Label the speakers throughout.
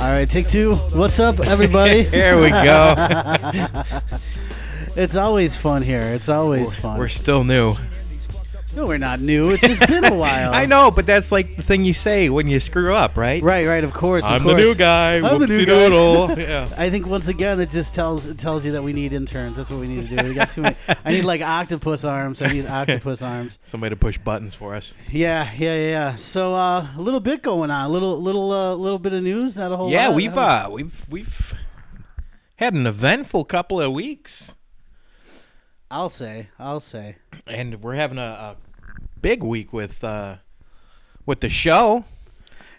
Speaker 1: All right, take two. What's up, everybody?
Speaker 2: There we go.
Speaker 1: it's always fun here. It's always fun.
Speaker 2: We're still new.
Speaker 1: no, we're not new. It's just been a while.
Speaker 2: I know, but that's like the thing you say when you screw up, right?
Speaker 1: Right, right. Of course. of course. I'm the new guy. I think once again it just tells it tells you that we need interns. That's what we need to do. We got too many. I need like octopus arms. I need octopus arms.
Speaker 2: Somebody to push buttons for us.
Speaker 1: Yeah, yeah, yeah, yeah. So uh, a little bit going on. A little, little, uh, little bit of news. Not a whole.
Speaker 2: yeah,
Speaker 1: lot.
Speaker 2: we've
Speaker 1: I
Speaker 2: uh, we've we've had an eventful couple of weeks,
Speaker 1: don't-
Speaker 2: uh,
Speaker 1: I'll say. I'll say.
Speaker 2: and we're having a, a big week with uh, with the show.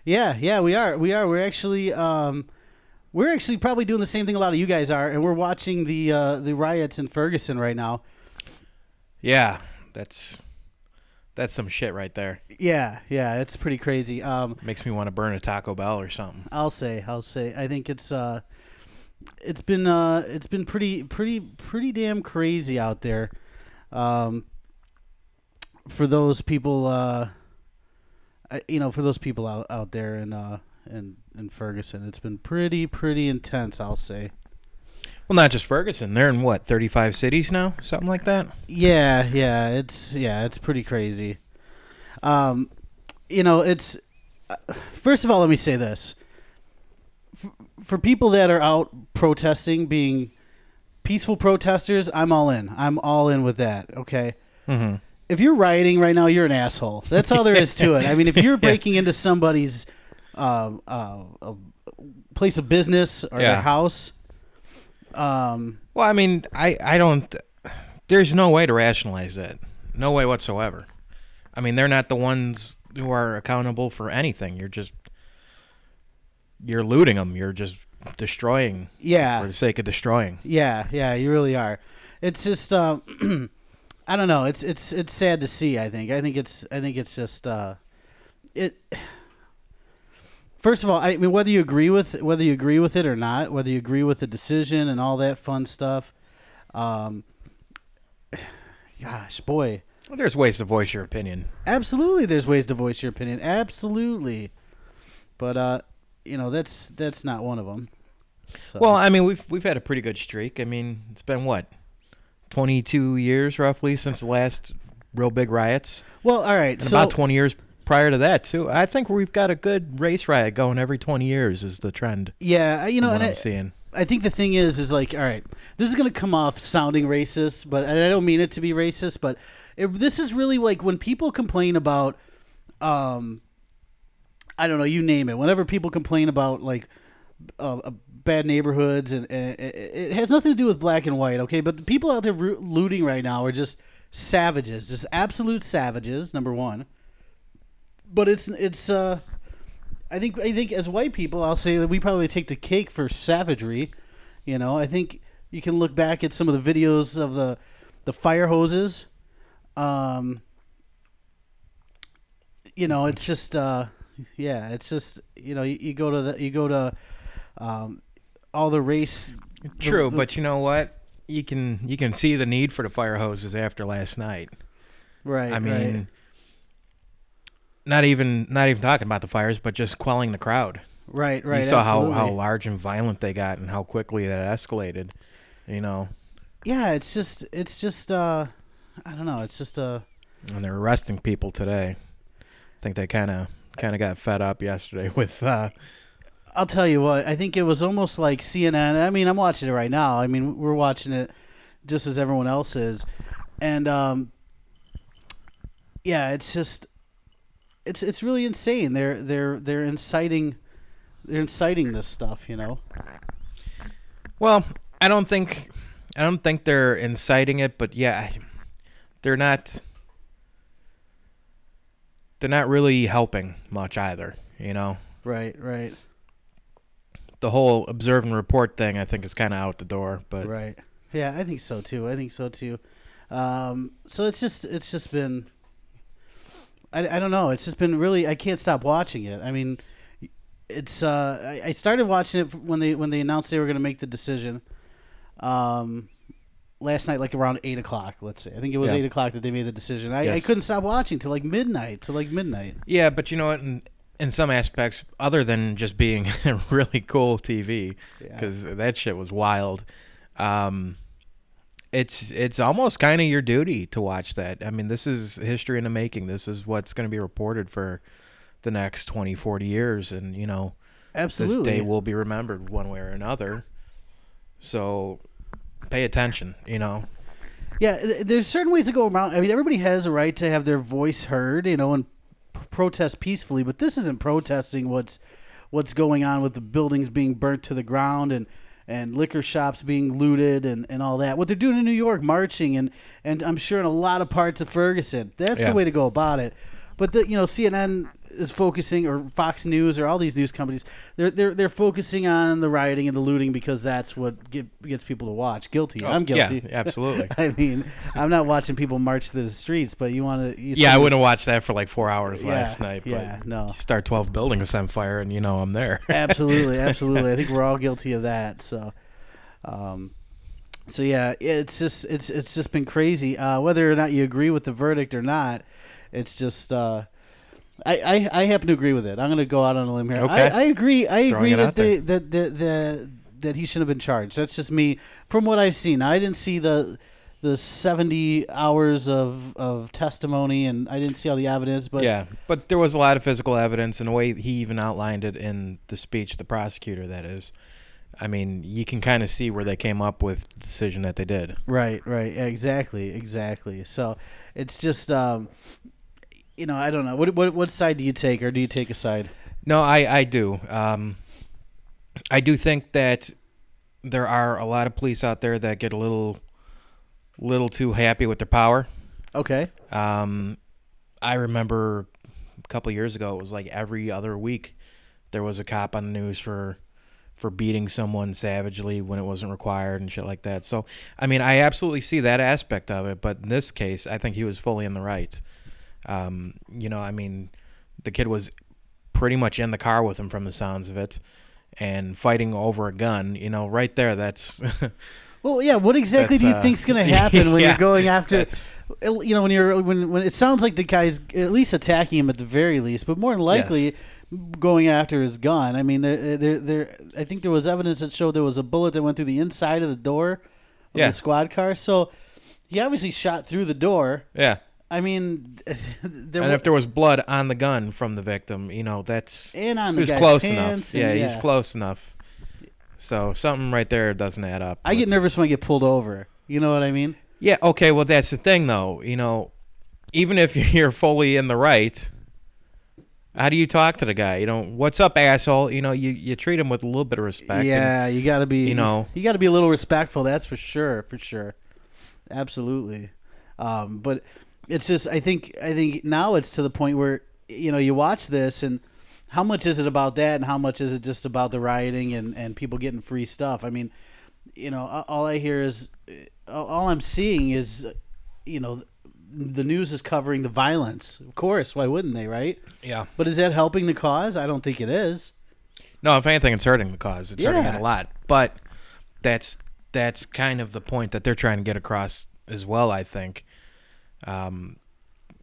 Speaker 1: Yeah, yeah, we are. We are. We're actually um we're actually probably doing the same thing a lot of you guys are and we're watching the uh the riots in Ferguson right now.
Speaker 2: Yeah, that's that's some shit right there.
Speaker 1: Yeah, yeah, it's pretty crazy. Um
Speaker 2: Makes me want to burn a Taco Bell or something.
Speaker 1: I'll say, I'll say I think it's uh it's been uh it's been pretty pretty pretty damn crazy out there. Um for those people uh I- you know, for those people out out there in uh in in Ferguson, it's been pretty pretty intense, I'll say.
Speaker 2: Well, not just Ferguson. They're in what thirty five cities now, something like that.
Speaker 1: Yeah, yeah, it's yeah, it's pretty crazy. Um, you know, it's uh, first of all, let me say this: for, for people that are out protesting, being peaceful protesters, I'm all in. I'm all in with that. Okay.
Speaker 2: Mhm.
Speaker 1: If you're rioting right now, you're an asshole. That's all there is to it. I mean, if you're breaking into somebody's um uh, uh, place of business or
Speaker 2: Yeah.
Speaker 1: their house, um,
Speaker 2: Well, I mean, I, I don't. There's no way to rationalize that. No way whatsoever. I mean, they're not the ones who are accountable for anything. You're just. You're looting them. You're just destroying
Speaker 1: yeah,
Speaker 2: for the sake of destroying.
Speaker 1: Yeah, yeah, you really are. It's just um, I don't know. It's it's it's sad to see. I think. I think it's I think it's just uh, it. First of all, I mean, whether you agree with whether you agree with it or not, whether you agree with the decision and all that fun stuff, um, gosh, boy,
Speaker 2: Well, there's ways to voice your opinion.
Speaker 1: absolutely, there's ways to voice your opinion, absolutely, but uh, you know, that's that's not one of them. So.
Speaker 2: Well, I mean, we've we've had a pretty good streak. I mean, it's been what, 22 years roughly since the last real big riots,
Speaker 1: well, all right,
Speaker 2: and
Speaker 1: so
Speaker 2: about 20 years prior to that too. I think we've got a good race riot going every 20 years is the trend.
Speaker 1: yeah, you know,
Speaker 2: from
Speaker 1: and
Speaker 2: what I'm
Speaker 1: I-
Speaker 2: seeing.
Speaker 1: I think the thing is, is like, all right, this is gonna come off sounding racist, but and I don't mean it to be racist, but it, this is really like when people complain about, um, I don't know, you name it. Whenever people complain about like uh, uh, bad neighborhoods, and, and it, it has nothing to do with black and white, okay? But the people out there roo- looting right now are just savages, just absolute savages. Number one, but it's it's uh. I think I think as white people, I'll say that we probably take the cake for savagery. You know, I think you can look back at some of the videos of the the fire hoses. Um, you know, it's just uh, yeah, it's just you know you, you go to the you go to um, all the race.
Speaker 2: True,
Speaker 1: the-
Speaker 2: but you know what? You can you can see the need for the fire hoses after last night.
Speaker 1: Right.
Speaker 2: I
Speaker 1: right.
Speaker 2: mean, not even not even talking about the fires, but just quelling the crowd.
Speaker 1: right, right.
Speaker 2: you saw how,
Speaker 1: absolutely.
Speaker 2: how large and violent they got, and how quickly that escalated. You know,
Speaker 1: yeah, it's just it's just uh, I don't know, it's just uh,
Speaker 2: and they're arresting people today. I think they kind of kind of got fed up yesterday with. Uh,
Speaker 1: I'll tell you what. I think it was almost like CNN. I mean, I'm watching it right now. I mean, we're watching it just as everyone else is, and um, yeah, it's just it's it's really insane. They're they're they're inciting they're inciting this stuff, you know.
Speaker 2: well, I don't think I don't think they're inciting it, but yeah, they're not. They're not really helping much either. You know,
Speaker 1: Right, right,
Speaker 2: the whole observe and report thing I think is kind of out the door. But
Speaker 1: right. Yeah, I think so too. I think so too. Um, so it's just it's just been I, I don't know. It's just been really. I can't stop watching it. I mean, it's. Uh, I, I started watching it when they when they announced they were going to make the decision, um, last night, like around eight o'clock. Let's say. I think it was
Speaker 2: Yeah.
Speaker 1: eight o'clock that they made the decision. I, I
Speaker 2: Yes.
Speaker 1: couldn't stop watching till like midnight. Till like midnight.
Speaker 2: yeah, but you know what? And in some aspects other than just being a really cool TV
Speaker 1: Yeah.
Speaker 2: because that shit was wild. Um, it's it's almost kind of your duty to watch that. I mean, this is history in the making. This is what's going to be reported for the next 20, 40 years, and you know
Speaker 1: Absolutely.
Speaker 2: this day will be remembered one way or another. So pay attention. You know,
Speaker 1: Yeah, th- there's certain ways to go around. I mean, everybody has a right to have their voice heard, you know, and p- protest peacefully. But this isn't protesting what's what's going on with the buildings being burnt to the ground and and liquor shops being looted and, and all that. What they're doing in New York, marching and and I'm sure in a lot of parts of Ferguson. That's
Speaker 2: Yeah.
Speaker 1: the way to go about it. But the you know CNN is focusing or Fox News or all these news companies they're they're they're focusing on the rioting and the looting because that's what get, gets people to watch. Guilty. I'm guilty.
Speaker 2: Oh, Yeah, absolutely.
Speaker 1: I mean, I'm not watching people march through the streets, but you want to. You
Speaker 2: Yeah, I would have watched that for like four hours
Speaker 1: Yeah,
Speaker 2: last night. But
Speaker 1: yeah, no.
Speaker 2: you start twelve buildings on fire, and you know I'm there.
Speaker 1: absolutely, absolutely. I think we're all guilty of that. So, um, so yeah, it's just it's it's just been crazy. Uh, whether or not you agree with the verdict or not, it's just. Uh, I, I, I happen to agree with it. I'm going to go out on a limb here.
Speaker 2: Okay.
Speaker 1: I, I agree. I agree
Speaker 2: Throwing it out
Speaker 1: that the, that the, the that he shouldn't have been charged. That's just me from what I've seen. I didn't see the the 70 hours of, of testimony, and I didn't see all the evidence. But
Speaker 2: yeah, but there was a lot of physical evidence, and the way he even outlined it in the speech, the prosecutor, that is. I mean, you can kind of see where they came up with the decision that they did.
Speaker 1: Right, right, Yeah, exactly, exactly. So it's just, um, you know, I don't know. What, what what side do you take, or do you take a side?
Speaker 2: No, I I do. Um, I do think that there are a lot of police out there that get a little, little too happy with their power.
Speaker 1: Okay,
Speaker 2: Um, I remember a couple years ago, it was like every other week there was a cop on the news for for beating someone savagely when it wasn't required and shit like that. So, I mean, I absolutely see that aspect of it, but in this case, I think he was fully in the right. Um, you know, I mean, the kid was pretty much in the car with him from the sounds of it and fighting over a gun, you know, right there that's
Speaker 1: Well, yeah. What exactly
Speaker 2: That's,
Speaker 1: do you
Speaker 2: uh,
Speaker 1: think's going to happen when
Speaker 2: yeah,
Speaker 1: you're going after?
Speaker 2: that's-
Speaker 1: You know, when you're when when it sounds like the guy's at least attacking him at the very least, but more than likely going after his gun. I mean, there, there, there. I think there was evidence that showed there was a bullet that went through the inside of the door of
Speaker 2: Yeah.
Speaker 1: the squad car. So he obviously shot through the door.
Speaker 2: yeah.
Speaker 1: I mean, there
Speaker 2: and
Speaker 1: wa-
Speaker 2: if there was blood on the gun from the victim, you know that's
Speaker 1: and on
Speaker 2: he
Speaker 1: the
Speaker 2: was
Speaker 1: guy's
Speaker 2: close
Speaker 1: pants.
Speaker 2: enough.
Speaker 1: and-
Speaker 2: Yeah, he's close enough. So something right there doesn't add up.
Speaker 1: I get nervous when I get pulled over. You know what I mean?
Speaker 2: yeah. Okay. Well, that's the thing, though. You know, even if you're fully in the right, how do you talk to the guy? You know, what's up, asshole? You know, you you treat him with a little bit of respect. and-
Speaker 1: yeah, you got to be.
Speaker 2: you know.
Speaker 1: you got to be a little respectful. That's for sure. For sure, absolutely. Um, but it's just, I think, I think now it's to the point where you know you watch this and how much is it about that, and how much is it just about the rioting and and people getting free stuff? I mean, you know, a- all I hear is, all all I'm seeing is, you know. The news is covering the violence. Of course, why wouldn't they, right?
Speaker 2: yeah.
Speaker 1: But is that helping the cause? I don't think it is.
Speaker 2: No, if anything, it's hurting the cause. It's hurting
Speaker 1: Yeah.
Speaker 2: it a lot. But that's that's kind of the point that they're trying to get across as well. I think, um,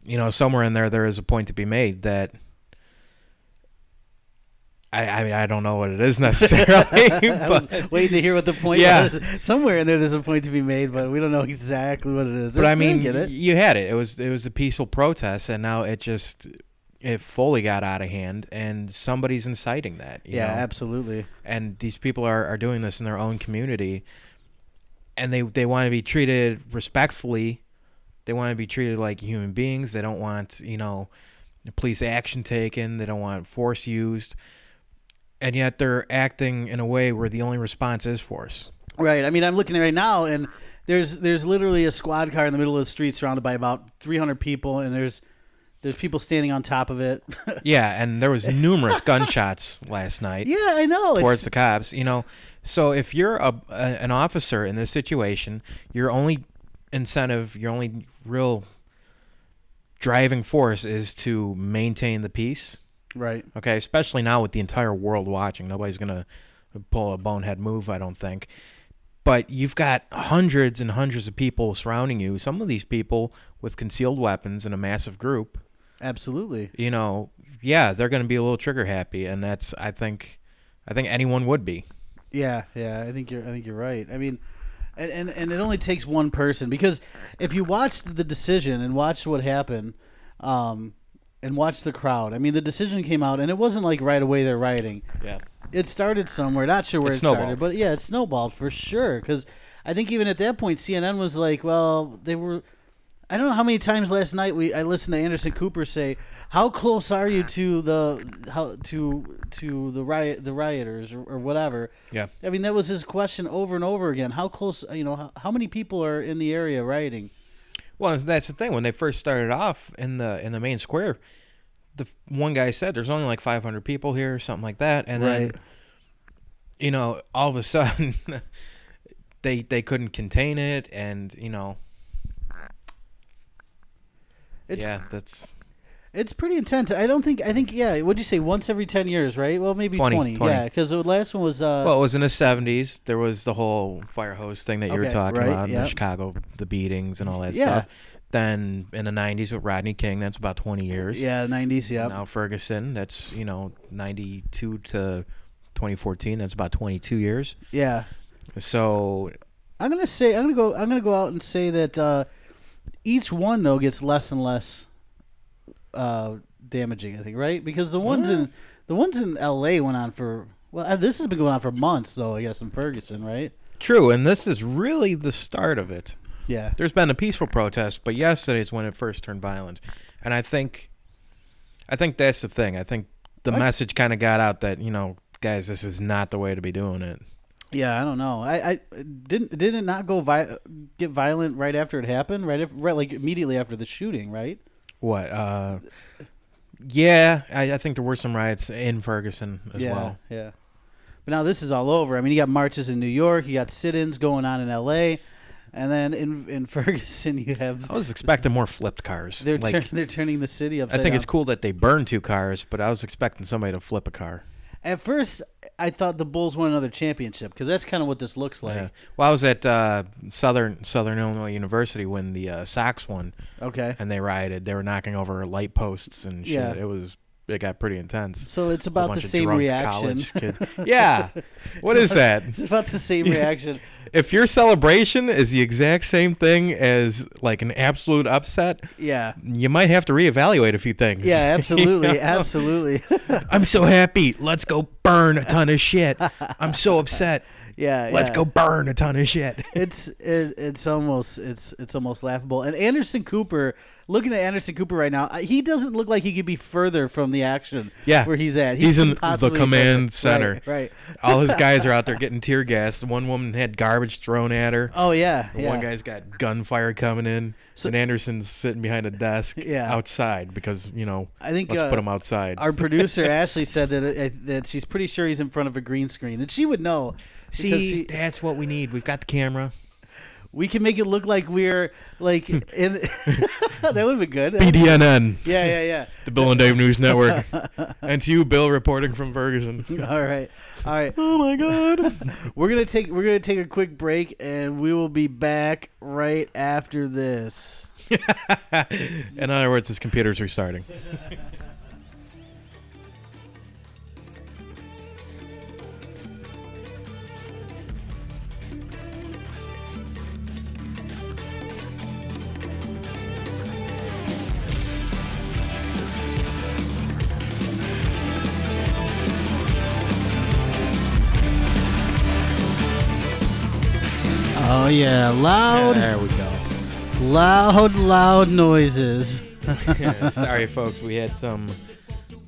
Speaker 2: you know, somewhere in there, there is a point to be made that. I, I mean, I don't know what it is necessarily,
Speaker 1: I was
Speaker 2: but,
Speaker 1: waiting to hear what the point
Speaker 2: Yeah.
Speaker 1: was. Somewhere in there, there's a point to be made, but we don't know exactly what it is.
Speaker 2: but I mean,
Speaker 1: get it.
Speaker 2: you had it. It was it was a peaceful protest, and now it just it fully got out of hand, and somebody's inciting that. You
Speaker 1: Yeah,
Speaker 2: know?
Speaker 1: absolutely.
Speaker 2: and these people are, are doing this in their own community and they, they want to be treated respectfully they want to be treated like human beings they don't want you know police action taken they don't want force used and yet they're acting in a way where the only response is force
Speaker 1: Right. I mean, I'm looking at it right now, and there's there's literally a squad car in the middle of the street, surrounded by about 300 people, and there's there's people standing on top of it.
Speaker 2: yeah and there was numerous gunshots last night
Speaker 1: yeah, I know.
Speaker 2: towards
Speaker 1: It's,
Speaker 2: the cops. You know, so if you're a, a an officer in this situation, your only incentive, your only real driving force is to maintain the peace.
Speaker 1: right.
Speaker 2: Okay, especially now with the entire world watching, nobody's gonna pull a bonehead move. I don't think. But you've got hundreds and hundreds of people surrounding you. Some of these people with concealed weapons in a massive group
Speaker 1: Absolutely.
Speaker 2: you know, yeah, they're going to be a little trigger happy, and that's I think, I think anyone would be.
Speaker 1: Yeah, yeah, I think you're I think you're right. I mean, and and, and it only takes one person because if you watched the decision and watched what happened, um, and watched the crowd. I mean, the decision came out and it wasn't like right away they're rioting.
Speaker 2: Yeah.
Speaker 1: It started somewhere. Not sure where
Speaker 2: It
Speaker 1: it,
Speaker 2: snowballed.
Speaker 1: started, but yeah, it snowballed for sure. Because I think even at that point, CNN was like, well, they were. I don't know how many times last night we I listened to Anderson Cooper say, "How close are you to the how to to the riot the rioters or, or whatever?"
Speaker 2: Yeah.
Speaker 1: I mean, that was his question over and over again. How close, you know, how, how many people are in the area rioting?
Speaker 2: Well, that's the thing. When they first started off in the in the main square, the f- one guy said there's only like 500 people here, something like that, and then
Speaker 1: Right.
Speaker 2: you know all of a sudden they they couldn't contain it, and you know
Speaker 1: It's
Speaker 2: yeah that's
Speaker 1: it's pretty intense. I don't think I think yeah. What'd you say? Once every ten years, right? Well, maybe
Speaker 2: 20,
Speaker 1: twenty.
Speaker 2: 20.
Speaker 1: Yeah, because the last one was uh,
Speaker 2: well it was in the 70s. There was the whole fire hose thing that you were
Speaker 1: Okay,
Speaker 2: talking
Speaker 1: right,
Speaker 2: about in
Speaker 1: yeah.
Speaker 2: the Chicago, the beatings and all that
Speaker 1: Yeah.
Speaker 2: stuff. Then in the 90s with Rodney King, that's about 20 years.
Speaker 1: yeah, nineties. Yeah,
Speaker 2: Now Ferguson, that's you know 92 to 2014. That's about 22 years.
Speaker 1: yeah.
Speaker 2: So
Speaker 1: I'm gonna say I'm gonna go I'm gonna go out and say that uh, each one though gets less and less uh, damaging. I think right because the ones in the ones in L.A. went on for well uh, this has been going on for months though I guess in Ferguson right
Speaker 2: true, and this is really the start of it.
Speaker 1: yeah
Speaker 2: There's been a peaceful protest, but yesterday's when it first turned violent, and I think, I think that's the thing. I think the
Speaker 1: I-
Speaker 2: message kind of got out that you know, guys, this is not the way to be doing it.
Speaker 1: yeah I don't know I, I didn't did it not go vi- get violent right after it happened right, if, right like immediately after the shooting right
Speaker 2: What? Uh, yeah, I, I think there were some riots in Ferguson as
Speaker 1: yeah,
Speaker 2: well.
Speaker 1: Yeah. But now this is all over. I mean, you got marches in New York, you got sit-ins going on in L.A., and then in in Ferguson you have
Speaker 2: I was expecting more flipped cars.
Speaker 1: they're
Speaker 2: Oh, like-
Speaker 1: turn, they're turning the city
Speaker 2: I
Speaker 1: upside.
Speaker 2: think it's
Speaker 1: down.
Speaker 2: cool that they burned two cars, but I was expecting somebody to flip a car.
Speaker 1: At first, I thought the Bulls won another championship because that's kind of what this looks like.
Speaker 2: Yeah. Well, I was at uh, Southern Southern Illinois University when the uh, Sox won,
Speaker 1: Okay.
Speaker 2: and they rioted. They were knocking over light posts and shit.
Speaker 1: Yeah.
Speaker 2: It was it got pretty intense.
Speaker 1: So it's
Speaker 2: A
Speaker 1: about the
Speaker 2: bunch of
Speaker 1: same
Speaker 2: drunk
Speaker 1: reaction.
Speaker 2: college kids. yeah. What is that?
Speaker 1: It's about the same
Speaker 2: Yeah.
Speaker 1: reaction.
Speaker 2: If your celebration is the exact same thing as like an absolute upset,
Speaker 1: Yeah.
Speaker 2: you might have to reevaluate a few things.
Speaker 1: Yeah, absolutely.
Speaker 2: You know?
Speaker 1: Absolutely.
Speaker 2: I'm so happy. Let's go burn a ton of shit. I'm so upset.
Speaker 1: yeah.
Speaker 2: Let's
Speaker 1: yeah.
Speaker 2: go burn a ton of shit.
Speaker 1: it's it, it's almost it's it's almost laughable. And Anderson Cooper, looking at Anderson Cooper right now, I- he doesn't look like he could be further from the action.
Speaker 2: Yeah.
Speaker 1: where he's at,
Speaker 2: He's in
Speaker 1: couldn't
Speaker 2: the
Speaker 1: possibly be
Speaker 2: command
Speaker 1: further.
Speaker 2: center.
Speaker 1: Right, right.
Speaker 2: All his guys are out there getting tear gassed. One woman had garbage thrown at her.
Speaker 1: Oh yeah, yeah.
Speaker 2: One guy's got gunfire coming in.
Speaker 1: So-
Speaker 2: and Anderson's sitting behind a desk
Speaker 1: Yeah.
Speaker 2: outside because, you know,
Speaker 1: I think
Speaker 2: let's
Speaker 1: uh,
Speaker 2: put him outside.
Speaker 1: our producer Ashley said that it, that she's pretty sure he's in front of a green screen, and she would know. because he-
Speaker 2: that's what we need. We've got the camera.
Speaker 1: we can make it look like we're like in. that would have been good.
Speaker 2: BDNN,
Speaker 1: Yeah, yeah, yeah.
Speaker 2: the Bill and Dave News Network. and to you, Bill, reporting from Ferguson.
Speaker 1: All right, all right.
Speaker 2: Oh, my God.
Speaker 1: We're gonna take we're gonna take a quick break, and we will be back right after this.
Speaker 2: In other words, his computer's restarting.
Speaker 1: Oh yeah, loud,
Speaker 2: There we go.
Speaker 1: loud, loud noises.
Speaker 2: Yeah, sorry, folks. We had some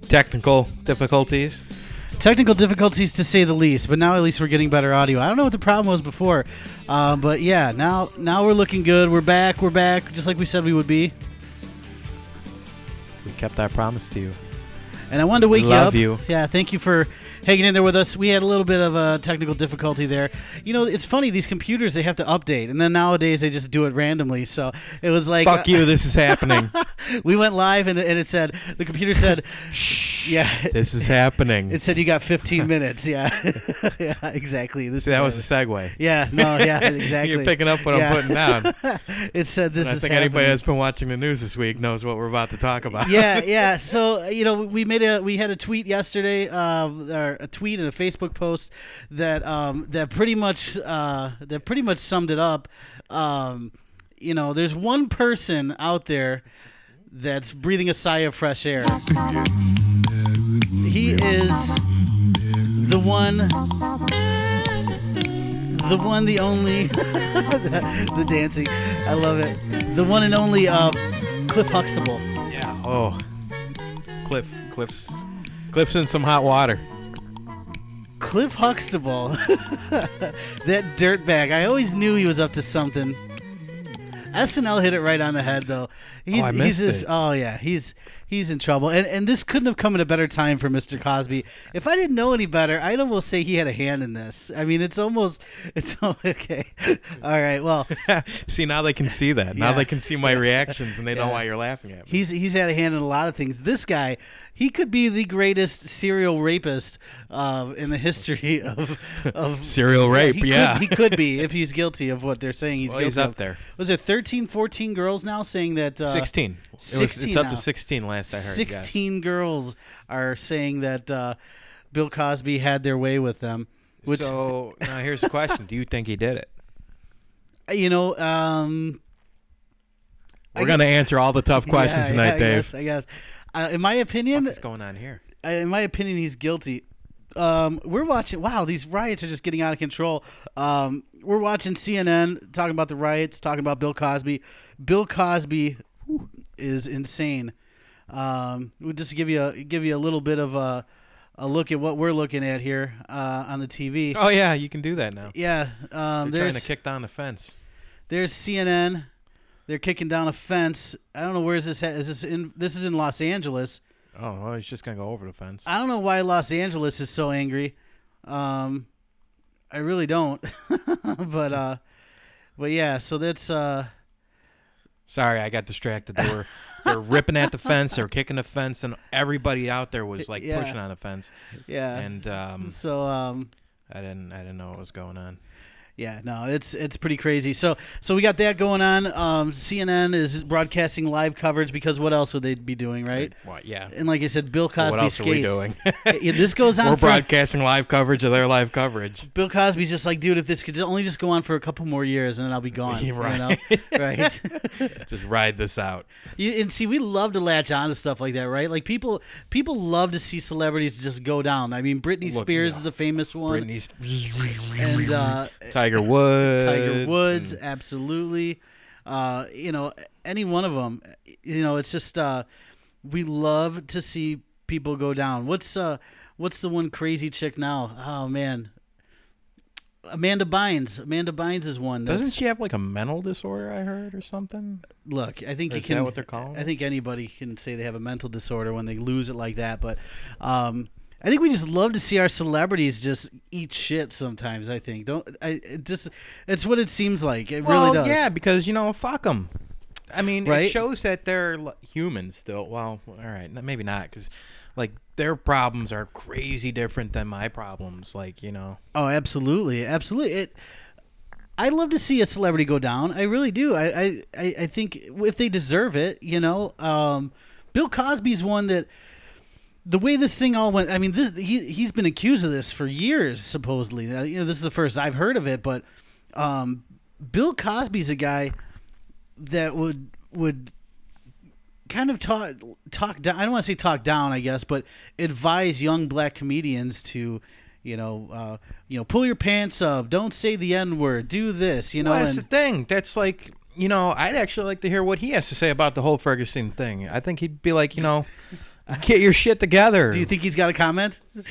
Speaker 2: technical difficulties.
Speaker 1: Technical difficulties to say the least, but now at least we're getting better audio. I don't know what the problem was before, uh, but yeah, now now we're looking good. We're back. We're back, just like we said we would be.
Speaker 2: We kept our promise to you.
Speaker 1: And I wanted to wake
Speaker 2: Love
Speaker 1: you up.
Speaker 2: you.
Speaker 1: Yeah, thank you for hanging in there with us. We had a little bit of a technical difficulty there. You know, it's funny these computers they have to update, and then nowadays they just do it randomly. So it was like uh,
Speaker 2: Fuck you. This is happening.
Speaker 1: we went live, and, and it said the computer said, "Shh." Yeah.
Speaker 2: This is happening.
Speaker 1: It said you got 15 minutes. Yeah, yeah, exactly. This
Speaker 2: See,
Speaker 1: is
Speaker 2: that
Speaker 1: how
Speaker 2: was a
Speaker 1: it-
Speaker 2: segue.
Speaker 1: yeah, no, yeah, exactly.
Speaker 2: You're picking up what
Speaker 1: Yeah.
Speaker 2: I'm putting down.
Speaker 1: it said this
Speaker 2: And I
Speaker 1: is.
Speaker 2: think anybody that's been watching the news this week knows what we're about to talk about.
Speaker 1: happening. yeah, yeah. So uh, you know, we made a we had a tweet yesterday, uh, or a tweet and a Facebook post that um, that pretty much uh, that pretty much summed it up. Um, you know, there's one person out there that's breathing a sigh of fresh air. He is the one, the one, the only, the, the dancing. I love it. The one and only uh, Cliff Huxtable.
Speaker 2: Yeah. Oh, Cliff, Cliff's, Cliff's in some hot water.
Speaker 1: Cliff Huxtable. that dirtbag. I always knew he was up to something. SNL hit it right on the head though. He's
Speaker 2: Oh, I
Speaker 1: he's
Speaker 2: missed
Speaker 1: just
Speaker 2: it.
Speaker 1: oh yeah, he's he's in trouble. And and this couldn't have come at a better time for Mr. Cosby. If I didn't know any better, I'd almost say he had a hand in this. I mean, it's almost it's al- okay. All right. Well,
Speaker 2: see, now they can see that. Now
Speaker 1: Yeah.
Speaker 2: they can see my reactions, and they know why you're laughing at me.
Speaker 1: He's he's had a hand in a lot of things. This guy, he could be the greatest serial rapist uh, in the history of of
Speaker 2: Serial rape,
Speaker 1: He could-
Speaker 2: yeah.
Speaker 1: he could be if he's guilty of what they're saying. He's
Speaker 2: Well,
Speaker 1: guilty
Speaker 2: he's up
Speaker 1: of.
Speaker 2: there.
Speaker 1: Was it 13, 14 girls now saying that? Uh,
Speaker 2: 16. It was,
Speaker 1: 16
Speaker 2: it's up
Speaker 1: now.
Speaker 2: to 16 last I heard. yes.
Speaker 1: 16 girls are saying that uh, Bill Cosby had their way with them. Which
Speaker 2: So now here's the question: Do you think he did it?
Speaker 1: you know, um,
Speaker 2: We're gonna answer all the tough questions
Speaker 1: yeah,
Speaker 2: tonight,
Speaker 1: yeah, I
Speaker 2: Dave.
Speaker 1: guess. I guess. Uh, in my opinion,
Speaker 2: What's going on here?
Speaker 1: I- in my opinion, he's guilty. Um, we're watching. Wow, these riots are just getting out of control. Um, we're watching CNN talking about the riots, talking about Bill Cosby. Bill Cosby whew, is insane. Um, we'll just give you a give you a little bit of a, a look at what we're looking at here uh, on the TV.
Speaker 2: Oh yeah, you can do that now.
Speaker 1: Yeah, um,
Speaker 2: They're trying
Speaker 1: there's
Speaker 2: to kick down the fence.
Speaker 1: there's CNN. They're kicking down a fence. I don't know where is this. At. Is this in? This is in Los Angeles.
Speaker 2: Oh, well, he's just gonna go over the fence.
Speaker 1: I don't know why Los Angeles is so angry. Um, I really don't. but uh, but yeah. So that's uh,
Speaker 2: Sorry, I got distracted. They were they're ripping at the fence. They're kicking the fence, and everybody out there was like
Speaker 1: Yeah.
Speaker 2: pushing on the fence.
Speaker 1: yeah.
Speaker 2: And um,
Speaker 1: so um,
Speaker 2: I didn't I didn't know what was going on.
Speaker 1: yeah. No, it's it's pretty crazy. So so we got that going on. Um, CNN is broadcasting live coverage because what else would they be doing, right?
Speaker 2: Well, yeah.
Speaker 1: And like I said, Bill Cosby
Speaker 2: what else are we
Speaker 1: skates.
Speaker 2: doing?
Speaker 1: Yeah, this goes on
Speaker 2: We're
Speaker 1: for
Speaker 2: broadcasting live coverage of their live coverage.
Speaker 1: Bill Cosby's just like, dude, if this could only just go on for a couple more years, and then I'll be gone.
Speaker 2: Right.
Speaker 1: You know? right.
Speaker 2: Just ride this out.
Speaker 1: You, and see, we love to latch on to stuff like that, right? Like people, people love to see celebrities just go down. I mean, Britney
Speaker 2: Look,
Speaker 1: Spears
Speaker 2: yeah.
Speaker 1: is the famous one,
Speaker 2: Britney's
Speaker 1: and uh,
Speaker 2: Tiger Woods.
Speaker 1: Tiger Woods,
Speaker 2: and-
Speaker 1: absolutely. Uh, you know, any one of them. You know, it's just uh, we love to see people go down. What's uh, what's the one crazy chick now? Oh man, Amanda Bynes. Amanda Bynes is one.
Speaker 2: Doesn't
Speaker 1: that's-
Speaker 2: she have like a mental disorder? I heard or something.
Speaker 1: look, I think
Speaker 2: Or
Speaker 1: you
Speaker 2: is
Speaker 1: can.
Speaker 2: that what they're calling
Speaker 1: I
Speaker 2: it?
Speaker 1: think anybody can say they have a mental disorder when they lose it like that. But um, I think we just love to see our celebrities just eat shit sometimes. I think don't I it just it's what it seems like. It
Speaker 2: well,
Speaker 1: really does.
Speaker 2: yeah, because you know, fuck them. I mean,
Speaker 1: Right?
Speaker 2: it shows that they're l- human still. Well, all right, n- maybe not because, like, their problems are crazy different than my problems. Like, you know,
Speaker 1: Oh, absolutely, absolutely. It. I love to see a celebrity go down. I really do. I I, I I think if they deserve it, you know. Um, Bill Cosby's one that the way this thing all went. I mean, this, he he's been accused of this for years, supposedly. Uh, You know, this is the first I've heard of it, but um, Bill Cosby's a guy that would would kind of talk talk down. I don't want to say talk down, I guess, but advise young black comedians to, you know, uh, you know, pull your pants up, don't say the n word, do this, you know,
Speaker 2: well, that's
Speaker 1: and
Speaker 2: the thing. That's like, you know, I'd actually like to hear what he has to say about the whole Ferguson thing. I think he'd be like, you know, "Uh, get your shit together.
Speaker 1: do you think he's got a comment? do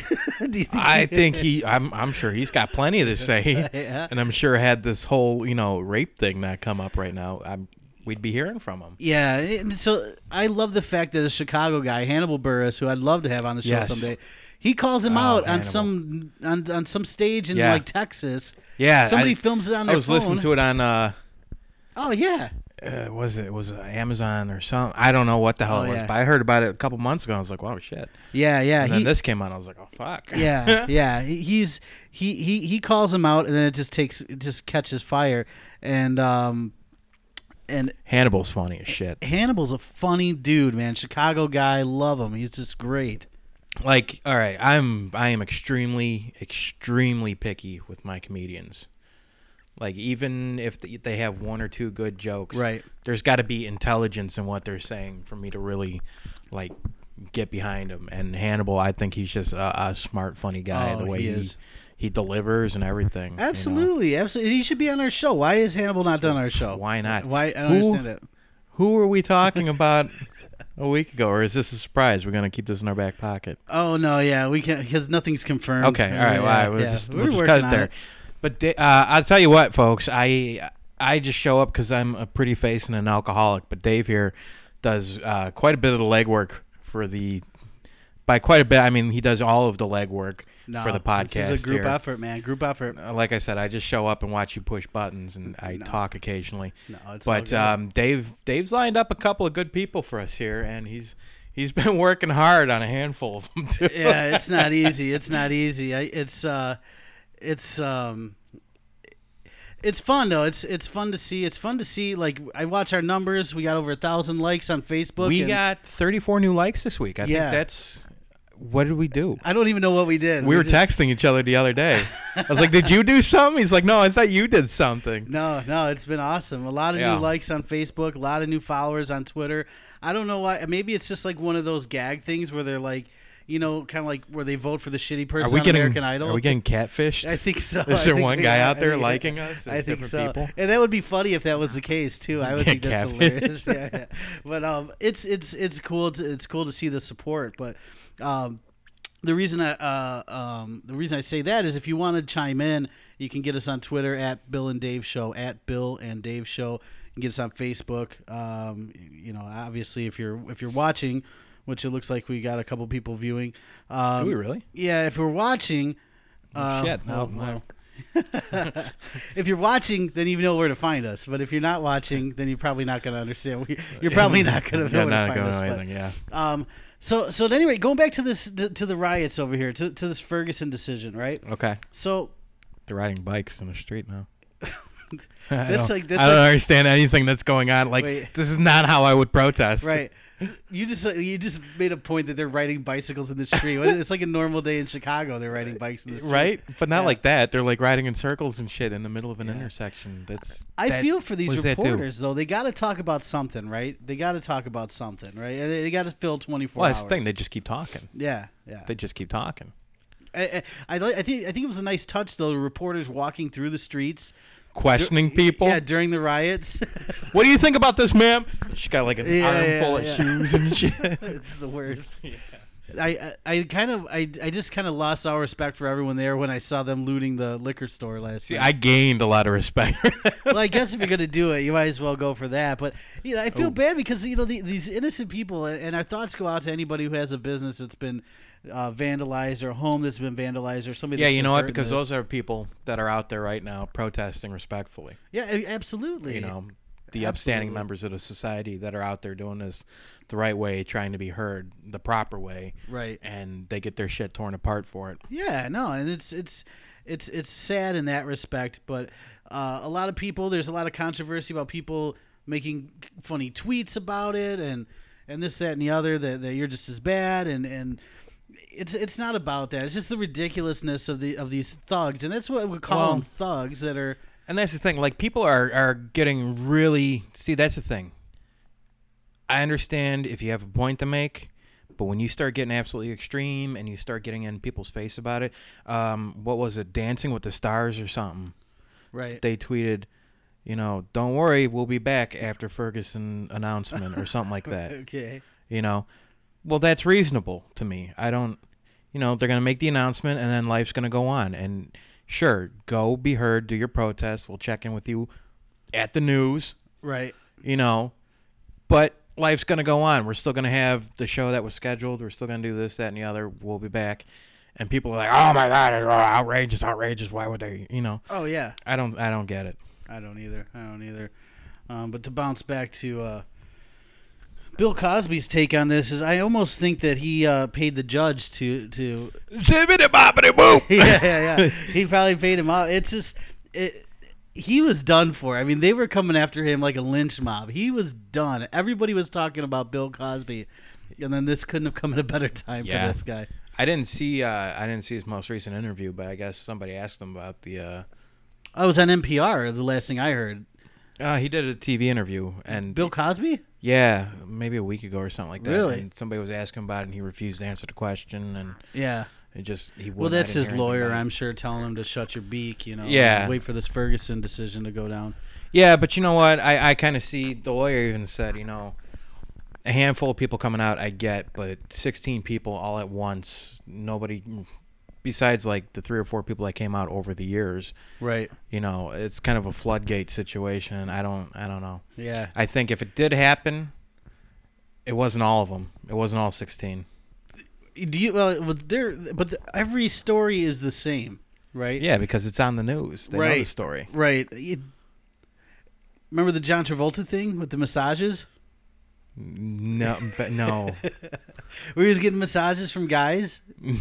Speaker 1: you think
Speaker 2: I think he. I'm. I'm sure he's got plenty to say,
Speaker 1: Yeah.
Speaker 2: and I'm sure had this whole you know rape thing not come up right now, I'm, we'd be hearing from him.
Speaker 1: Yeah, and so I love the fact that a Chicago guy, Hannibal Burris, who I'd love to have on the show
Speaker 2: Yes.
Speaker 1: someday, he calls him
Speaker 2: Oh,
Speaker 1: out on
Speaker 2: Hannibal.
Speaker 1: some on, on some stage in
Speaker 2: Yeah.
Speaker 1: like Texas.
Speaker 2: Yeah,
Speaker 1: somebody
Speaker 2: I-
Speaker 1: films it on
Speaker 2: I
Speaker 1: their
Speaker 2: was
Speaker 1: phone.
Speaker 2: listening to it on. Uh,
Speaker 1: Oh yeah,
Speaker 2: uh, was it was it Amazon or something? I don't know what the
Speaker 1: Oh,
Speaker 2: hell it was,
Speaker 1: yeah.
Speaker 2: but I heard about it a couple months ago. and I was like, "Wow, shit!"
Speaker 1: yeah, yeah.
Speaker 2: And
Speaker 1: he-
Speaker 2: then this came on. I was like, "Oh fuck!"
Speaker 1: yeah, yeah. He- He's he he he calls him out, and then it just takes it just catches fire, and um, and
Speaker 2: Hannibal's funny as shit.
Speaker 1: Hannibal's a funny dude, man. Chicago guy, love him. He's just great.
Speaker 2: like all right i'm i am extremely extremely picky with my comedians like even if th- they have one or two good jokes
Speaker 1: Right.
Speaker 2: there's got to be intelligence in what they're saying for me to really like get behind him and hannibal i think he's just a, a smart funny guy
Speaker 1: Oh,
Speaker 2: the way
Speaker 1: he
Speaker 2: he,
Speaker 1: is.
Speaker 2: he delivers and everything you know?
Speaker 1: Absolutely, absolutely. He should be on our show. Why is Hannibal not done on our show?
Speaker 2: Why not?
Speaker 1: Why I don't
Speaker 2: Who-
Speaker 1: understand it.
Speaker 2: who were we talking about a week ago or is this a surprise we're gonna keep this in our back pocket
Speaker 1: Oh no, yeah, we can't because nothing's confirmed.
Speaker 2: Okay, all right.
Speaker 1: Yeah,
Speaker 2: Well, I was
Speaker 1: yeah.
Speaker 2: just,
Speaker 1: We're
Speaker 2: we'll just
Speaker 1: working
Speaker 2: cut it
Speaker 1: on
Speaker 2: there. But da- uh, I'll tell you what, folks. I I just show up because I'm a pretty face and an alcoholic. But Dave here does uh, quite a bit of the legwork for the. By quite a bit, I mean he does all of the legwork
Speaker 1: No,
Speaker 2: for the podcast.
Speaker 1: This is a group
Speaker 2: here.
Speaker 1: effort, man. Group effort.
Speaker 2: Uh, Like I said, I just show up and watch you push buttons, and I
Speaker 1: No.
Speaker 2: talk occasionally.
Speaker 1: No, it's all
Speaker 2: But
Speaker 1: good.
Speaker 2: um, Dave, Dave's lined up a couple of good people for us here, and he's he's been working hard on a handful of them too.
Speaker 1: yeah, it's not easy. It's not easy. I, it's uh, it's um, it's fun though. It's it's fun to see. It's fun to see. Like I watch our numbers. We got over a thousand likes on Facebook.
Speaker 2: We
Speaker 1: and
Speaker 2: got 34 new likes this week. I
Speaker 1: Yeah.
Speaker 2: think that's what did we do?
Speaker 1: I don't even know what we did.
Speaker 2: We, were
Speaker 1: just-
Speaker 2: texting each other the other day. I was like, "Did you do something?" He's like, "No, I thought you did something."
Speaker 1: No, no, it's been awesome. A lot of
Speaker 2: Yeah.
Speaker 1: new likes on Facebook, a lot of new followers on Twitter. I don't know why. Maybe it's just like one of those gag things where they're like, you know, kind of like where they vote for the shitty person
Speaker 2: Are we
Speaker 1: on
Speaker 2: getting
Speaker 1: American Idol.
Speaker 2: Are we getting catfished?
Speaker 1: I think so. I
Speaker 2: Is there
Speaker 1: think-
Speaker 2: one guy
Speaker 1: yeah,
Speaker 2: out
Speaker 1: I
Speaker 2: there
Speaker 1: think-
Speaker 2: liking us?
Speaker 1: I
Speaker 2: as
Speaker 1: think
Speaker 2: different
Speaker 1: so.
Speaker 2: People?
Speaker 1: And that would be funny if that was the case too. I would
Speaker 2: Yeah,
Speaker 1: think that's
Speaker 2: catfish.
Speaker 1: hilarious. Yeah, yeah. But um, it's it's it's cool. To, it's cool to see the support. But um, the reason I uh, um, the reason I say that is if you want to chime in, you can get us on Twitter at Bill and Dave Show at Bill and Dave Show. You can get us on Facebook. Um, you know, obviously if you're if you're watching, which it looks like we got a couple people viewing. Um,
Speaker 2: Do we really?
Speaker 1: yeah, if you're watching. uh,
Speaker 2: Oh, shit, no, no.
Speaker 1: if you're watching, then you know where to find us. But if you're not watching, then you're probably not going to understand. We- You're probably not going to know
Speaker 2: Yeah,
Speaker 1: where
Speaker 2: not
Speaker 1: to find
Speaker 2: gonna
Speaker 1: us.
Speaker 2: know
Speaker 1: but-
Speaker 2: anything, yeah.
Speaker 1: um, so, so anyway, going back to this to, to the riots over here, to, to this Ferguson decision, right?
Speaker 2: Okay.
Speaker 1: So
Speaker 2: They're riding bikes in the street now. I
Speaker 1: That's
Speaker 2: don't,
Speaker 1: like- that's
Speaker 2: I don't
Speaker 1: like-
Speaker 2: understand anything that's going on. Like
Speaker 1: Wait.
Speaker 2: this is not how I would protest.
Speaker 1: right, you just you just made a point that they're riding bicycles in the street. What- it's like a normal day in Chicago. They're riding bikes in the street.
Speaker 2: Right, but not
Speaker 1: Yeah.
Speaker 2: like that. They're like riding in circles and shit in the middle of an
Speaker 1: Yeah.
Speaker 2: intersection. That's
Speaker 1: I
Speaker 2: that-
Speaker 1: feel for
Speaker 2: what
Speaker 1: these
Speaker 2: does that do?
Speaker 1: reporters though. They got to talk about something, right? They got to talk about something, right? And They, they got to fill twenty four
Speaker 2: Well,
Speaker 1: hours.
Speaker 2: that's the thing. They just keep talking.
Speaker 1: yeah, yeah.
Speaker 2: They just keep talking.
Speaker 1: I, I, I li- I think I think it was a nice touch though. The reporters walking through the streets,
Speaker 2: Questioning people.
Speaker 1: yeah, during the riots.
Speaker 2: What do you think about this, ma'am? She's got like an
Speaker 1: Yeah,
Speaker 2: armful
Speaker 1: yeah,
Speaker 2: of
Speaker 1: yeah.
Speaker 2: shoes and shit.
Speaker 1: it's the worst. I, I I kind of I, I just kind of lost all respect for everyone there when I saw them looting the liquor store last
Speaker 2: See,
Speaker 1: night.
Speaker 2: I gained a lot of respect.
Speaker 1: well, I guess if you're gonna do it, you might as well go for that. But you know, I feel
Speaker 2: Oh.
Speaker 1: bad because you know the, these innocent people, and our thoughts go out to anybody who has a business that's been uh, vandalized or a home that's been vandalized or somebody.
Speaker 2: yeah,
Speaker 1: that's
Speaker 2: you
Speaker 1: been
Speaker 2: know what?
Speaker 1: hurt in
Speaker 2: Because
Speaker 1: this.
Speaker 2: those are people that are out there right now protesting respectfully.
Speaker 1: yeah, a- absolutely.
Speaker 2: You know, the upstanding
Speaker 1: Absolutely.
Speaker 2: members of the society that are out there doing this the right way, trying to be heard the proper way,
Speaker 1: right?
Speaker 2: and they get their shit torn apart for it.
Speaker 1: Yeah, no, and it's it's it's it's sad in that respect, but uh, a lot of people there's a lot of controversy about people making funny tweets about it and and this that and the other that, that you're just as bad and and it's it's not about that. It's just the ridiculousness of the of these thugs, and that's what we call
Speaker 2: Well-
Speaker 1: them thugs that are
Speaker 2: And that's the thing. Like people are are getting really see. That's the thing. I understand if you have a point to make, but when you start getting absolutely extreme and you start getting in people's face about it, um, what was it, Dancing with the Stars or something?
Speaker 1: right.
Speaker 2: They tweeted, you know, don't worry, we'll be back after Ferguson announcement or something like that.
Speaker 1: okay.
Speaker 2: You know, well that's reasonable to me. I don't, you know, they're gonna make the announcement and then life's gonna go on. And sure, go be heard, do your protest. We'll check in with you at the news.
Speaker 1: Right.
Speaker 2: You know, but life's gonna go on. We're still gonna have the show that was scheduled. We're still gonna do this, that, and the other. We'll be back. And people are like, "Oh my god, it's outrageous, outrageous! Why would they?" You know,
Speaker 1: Oh yeah.
Speaker 2: I don't, I don't get it.
Speaker 1: I don't either. I don't either. Um, but to bounce back to uh, Bill Cosby's take on this is, I almost think that he uh, paid the judge to to.
Speaker 2: Zibbity bobbity boo.
Speaker 1: Yeah, yeah, yeah. he probably paid him out. It's just it. He was done for. I mean, they were coming after him like a lynch mob. He was done. Everybody was talking about Bill Cosby, and then this couldn't have come at a better time
Speaker 2: Yeah.
Speaker 1: for this guy.
Speaker 2: I didn't see. Uh, I didn't see his most recent interview, but I guess somebody asked him about the. Uh,
Speaker 1: I was on NPR. The last thing I heard,
Speaker 2: uh, he did a TV interview, and
Speaker 1: Bill Cosby.
Speaker 2: yeah, maybe a week ago or something like that.
Speaker 1: Really?
Speaker 2: And somebody was asking about it, and he refused to answer the question, and
Speaker 1: Yeah.
Speaker 2: it just he.
Speaker 1: Well,
Speaker 2: wouldn't. I
Speaker 1: that's
Speaker 2: didn't
Speaker 1: his
Speaker 2: hear anything
Speaker 1: lawyer,
Speaker 2: about it.
Speaker 1: I'm sure, telling him to shut your beak. You know.
Speaker 2: Yeah.
Speaker 1: Wait for this Ferguson decision to go down.
Speaker 2: Yeah, but you know what? I, I kind of see the lawyer even said, you know, a handful of people coming out, I get, but 16 people all at once, nobody, besides like the three or four people that came out over the years,
Speaker 1: Right.
Speaker 2: you know, it's kind of a floodgate situation. I don't, I don't know.
Speaker 1: Yeah.
Speaker 2: I think if it did happen, it wasn't all of them. It wasn't all 16.
Speaker 1: Do you? Well, but there. But the, every story is the same, right?
Speaker 2: Yeah, because it's on the news. They know the
Speaker 1: Right.
Speaker 2: story.
Speaker 1: Right. You- remember the John Travolta thing with the massages?
Speaker 2: No, but no,
Speaker 1: Where he was getting massages from guys.
Speaker 2: no.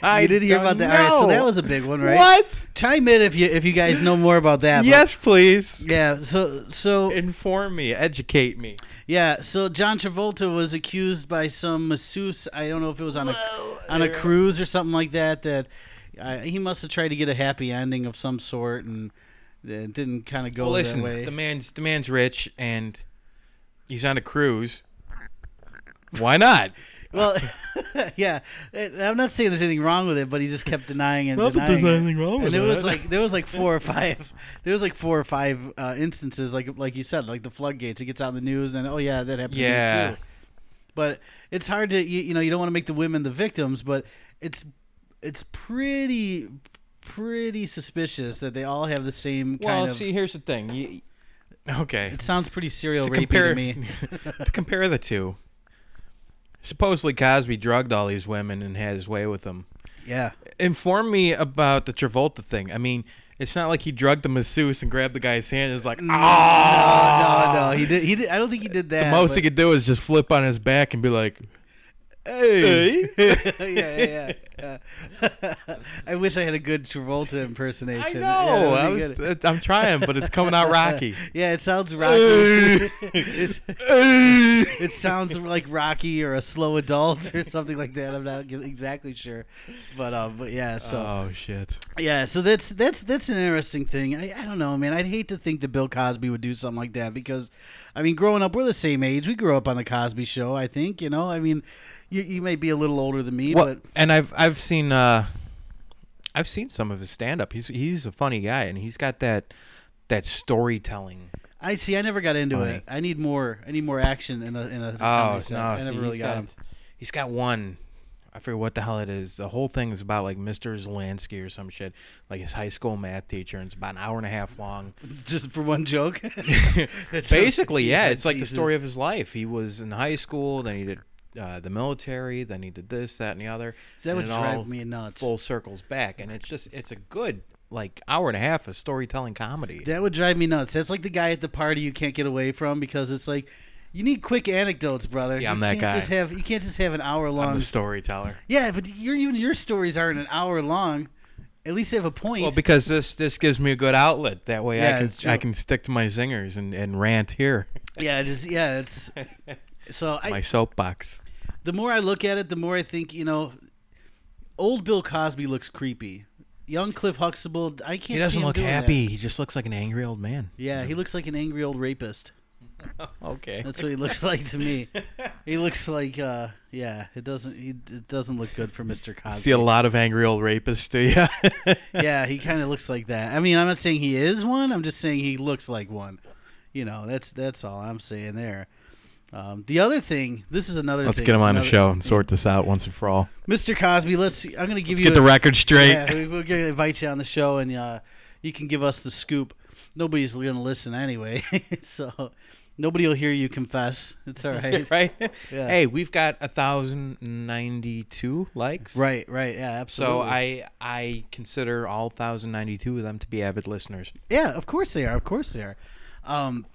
Speaker 2: I
Speaker 1: you didn't hear about that. All right, so that was a big one, right?
Speaker 2: What?
Speaker 1: Chime in if you if you guys know more about that. but-
Speaker 2: Yes, please.
Speaker 1: yeah. So so
Speaker 2: Inform me, educate me.
Speaker 1: Yeah, so John Travolta was accused by some masseuse. I don't know if it was on a on a cruise or something like that. That uh, he must have tried to get a happy ending of some sort, and it didn't kind of go
Speaker 2: Well,
Speaker 1: that
Speaker 2: listen,
Speaker 1: way.
Speaker 2: the man's the man's rich and he's on a cruise. Why not?
Speaker 1: well, yeah, and I'm not saying there's anything wrong with it, but he just kept denying it. denying it.
Speaker 2: wrong
Speaker 1: and it was like there was like four or five there was like four or five uh, instances like like you said like the floodgates it gets out in the news and then, oh yeah that happened to me,
Speaker 2: Yeah.
Speaker 1: too but it's hard to you, you know you don't want to make the women the victims but it's it's pretty pretty suspicious that they all have the same kind
Speaker 2: well,
Speaker 1: of
Speaker 2: see, here's the thing. You, okay,
Speaker 1: it sounds pretty serial
Speaker 2: to
Speaker 1: rapey
Speaker 2: compare
Speaker 1: to me
Speaker 2: to compare the two. Supposedly, Cosby drugged all these women and had his way with them.
Speaker 1: yeah
Speaker 2: Inform me about the Travolta thing. I mean, it's not like he drugged the masseuse and grabbed the guy's hand and was like, ah.
Speaker 1: no no no he did he did I don't think he did that
Speaker 2: The most
Speaker 1: but-
Speaker 2: he could do is just flip on his back and be like,
Speaker 1: Hey. yeah, yeah, yeah. yeah. I wish I had a good Travolta impersonation.
Speaker 2: I know.
Speaker 1: Yeah, that
Speaker 2: I
Speaker 1: would be
Speaker 2: was,
Speaker 1: good.
Speaker 2: it- I'm trying, but it's coming out rocky.
Speaker 1: Yeah, it sounds rocky. It's- it
Speaker 2: it
Speaker 1: sounds like Rocky or a slow adult or something like that. I'm not g- exactly sure, but um, but yeah. So
Speaker 2: Oh shit!
Speaker 1: yeah, so that's that's that's an interesting thing. I, I don't know, man. I'd hate to think that Bill Cosby would do something like that because, I mean, growing up, we're the same age. We grew up on the Cosby Show. I think you know. I mean, you you may be a little older than me,
Speaker 2: Well,
Speaker 1: but
Speaker 2: and I've I've seen uh, I've seen some of his stand up. He's he's a funny guy, and he's got that that storytelling.
Speaker 1: I see. I never got into
Speaker 2: Funny.
Speaker 1: it. I need more. I need more action in a in a.
Speaker 2: Oh
Speaker 1: comedy set.
Speaker 2: no!
Speaker 1: I
Speaker 2: see,
Speaker 1: never really
Speaker 2: he's
Speaker 1: got
Speaker 2: got,
Speaker 1: into-
Speaker 2: he's got one. I forget what the hell it is. The whole thing is about like Mr. Zelansky or some shit, like his high school math teacher, and it's about an hour and a half long.
Speaker 1: just for one joke. It's so-
Speaker 2: Basically, yeah, it's like the
Speaker 1: Jesus.
Speaker 2: story of his life. He was in high school, then he did uh, the military, then he did this, that, and the other.
Speaker 1: That
Speaker 2: and
Speaker 1: would
Speaker 2: it all
Speaker 1: drive me nuts.
Speaker 2: Full circles back, and it's just it's a good like hour and a half of storytelling comedy.
Speaker 1: That would drive me nuts. That's like the guy at the party you can't get away from because it's like you need quick anecdotes, brother.
Speaker 2: See, I'm
Speaker 1: you
Speaker 2: that
Speaker 1: can't
Speaker 2: guy.
Speaker 1: Just have you can't just have an hour
Speaker 2: I'm
Speaker 1: long.
Speaker 2: the storyteller.
Speaker 1: yeah, but your even your stories aren't an hour long. At least they have a point.
Speaker 2: Well, because this this gives me a good outlet. That way,
Speaker 1: Yeah,
Speaker 2: I
Speaker 1: it's
Speaker 2: can
Speaker 1: true.
Speaker 2: I can stick to my zingers and, and rant here,
Speaker 1: yeah, just yeah, it's so I,
Speaker 2: my soapbox.
Speaker 1: the more I look at it, the more I think, you know, old Bill Cosby looks creepy. Young Cliff Huxtable, I can't.
Speaker 2: He doesn't
Speaker 1: see him
Speaker 2: look
Speaker 1: doing that.
Speaker 2: happy. He just looks like an angry old man.
Speaker 1: Yeah, he looks like an angry old rapist.
Speaker 2: Okay.
Speaker 1: That's what he looks like to me. He looks like, uh, yeah, it doesn't, he, it doesn't look good for Mr.
Speaker 2: See
Speaker 1: Cosby.
Speaker 2: a lot of angry old rapists, do you?
Speaker 1: Yeah, he kind of looks like that. I mean, I'm not saying he is one. I'm just saying he looks like one. You know, that's that's all I'm saying there. Um, the other thing, this is another.
Speaker 2: Let's
Speaker 1: thing,
Speaker 2: get him on the
Speaker 1: another-
Speaker 2: show and sort this out once and for all.
Speaker 1: Mr. Cosby. Let's. see- I'm going to give you
Speaker 2: Let's get
Speaker 1: a-
Speaker 2: the record straight.
Speaker 1: Yeah, we, we're gonna invite you on the show, and uh, you can give us the scoop. Nobody's gonna listen anyway, so nobody will hear you confess. It's all right.
Speaker 2: right?
Speaker 1: Yeah.
Speaker 2: Hey, we've got a thousand ninety-two likes.
Speaker 1: right, right, yeah,
Speaker 2: So
Speaker 1: absolutely.
Speaker 2: I I consider all thousand ninety-two of them to be avid listeners.
Speaker 1: yeah, of course they are, of course they are. Um,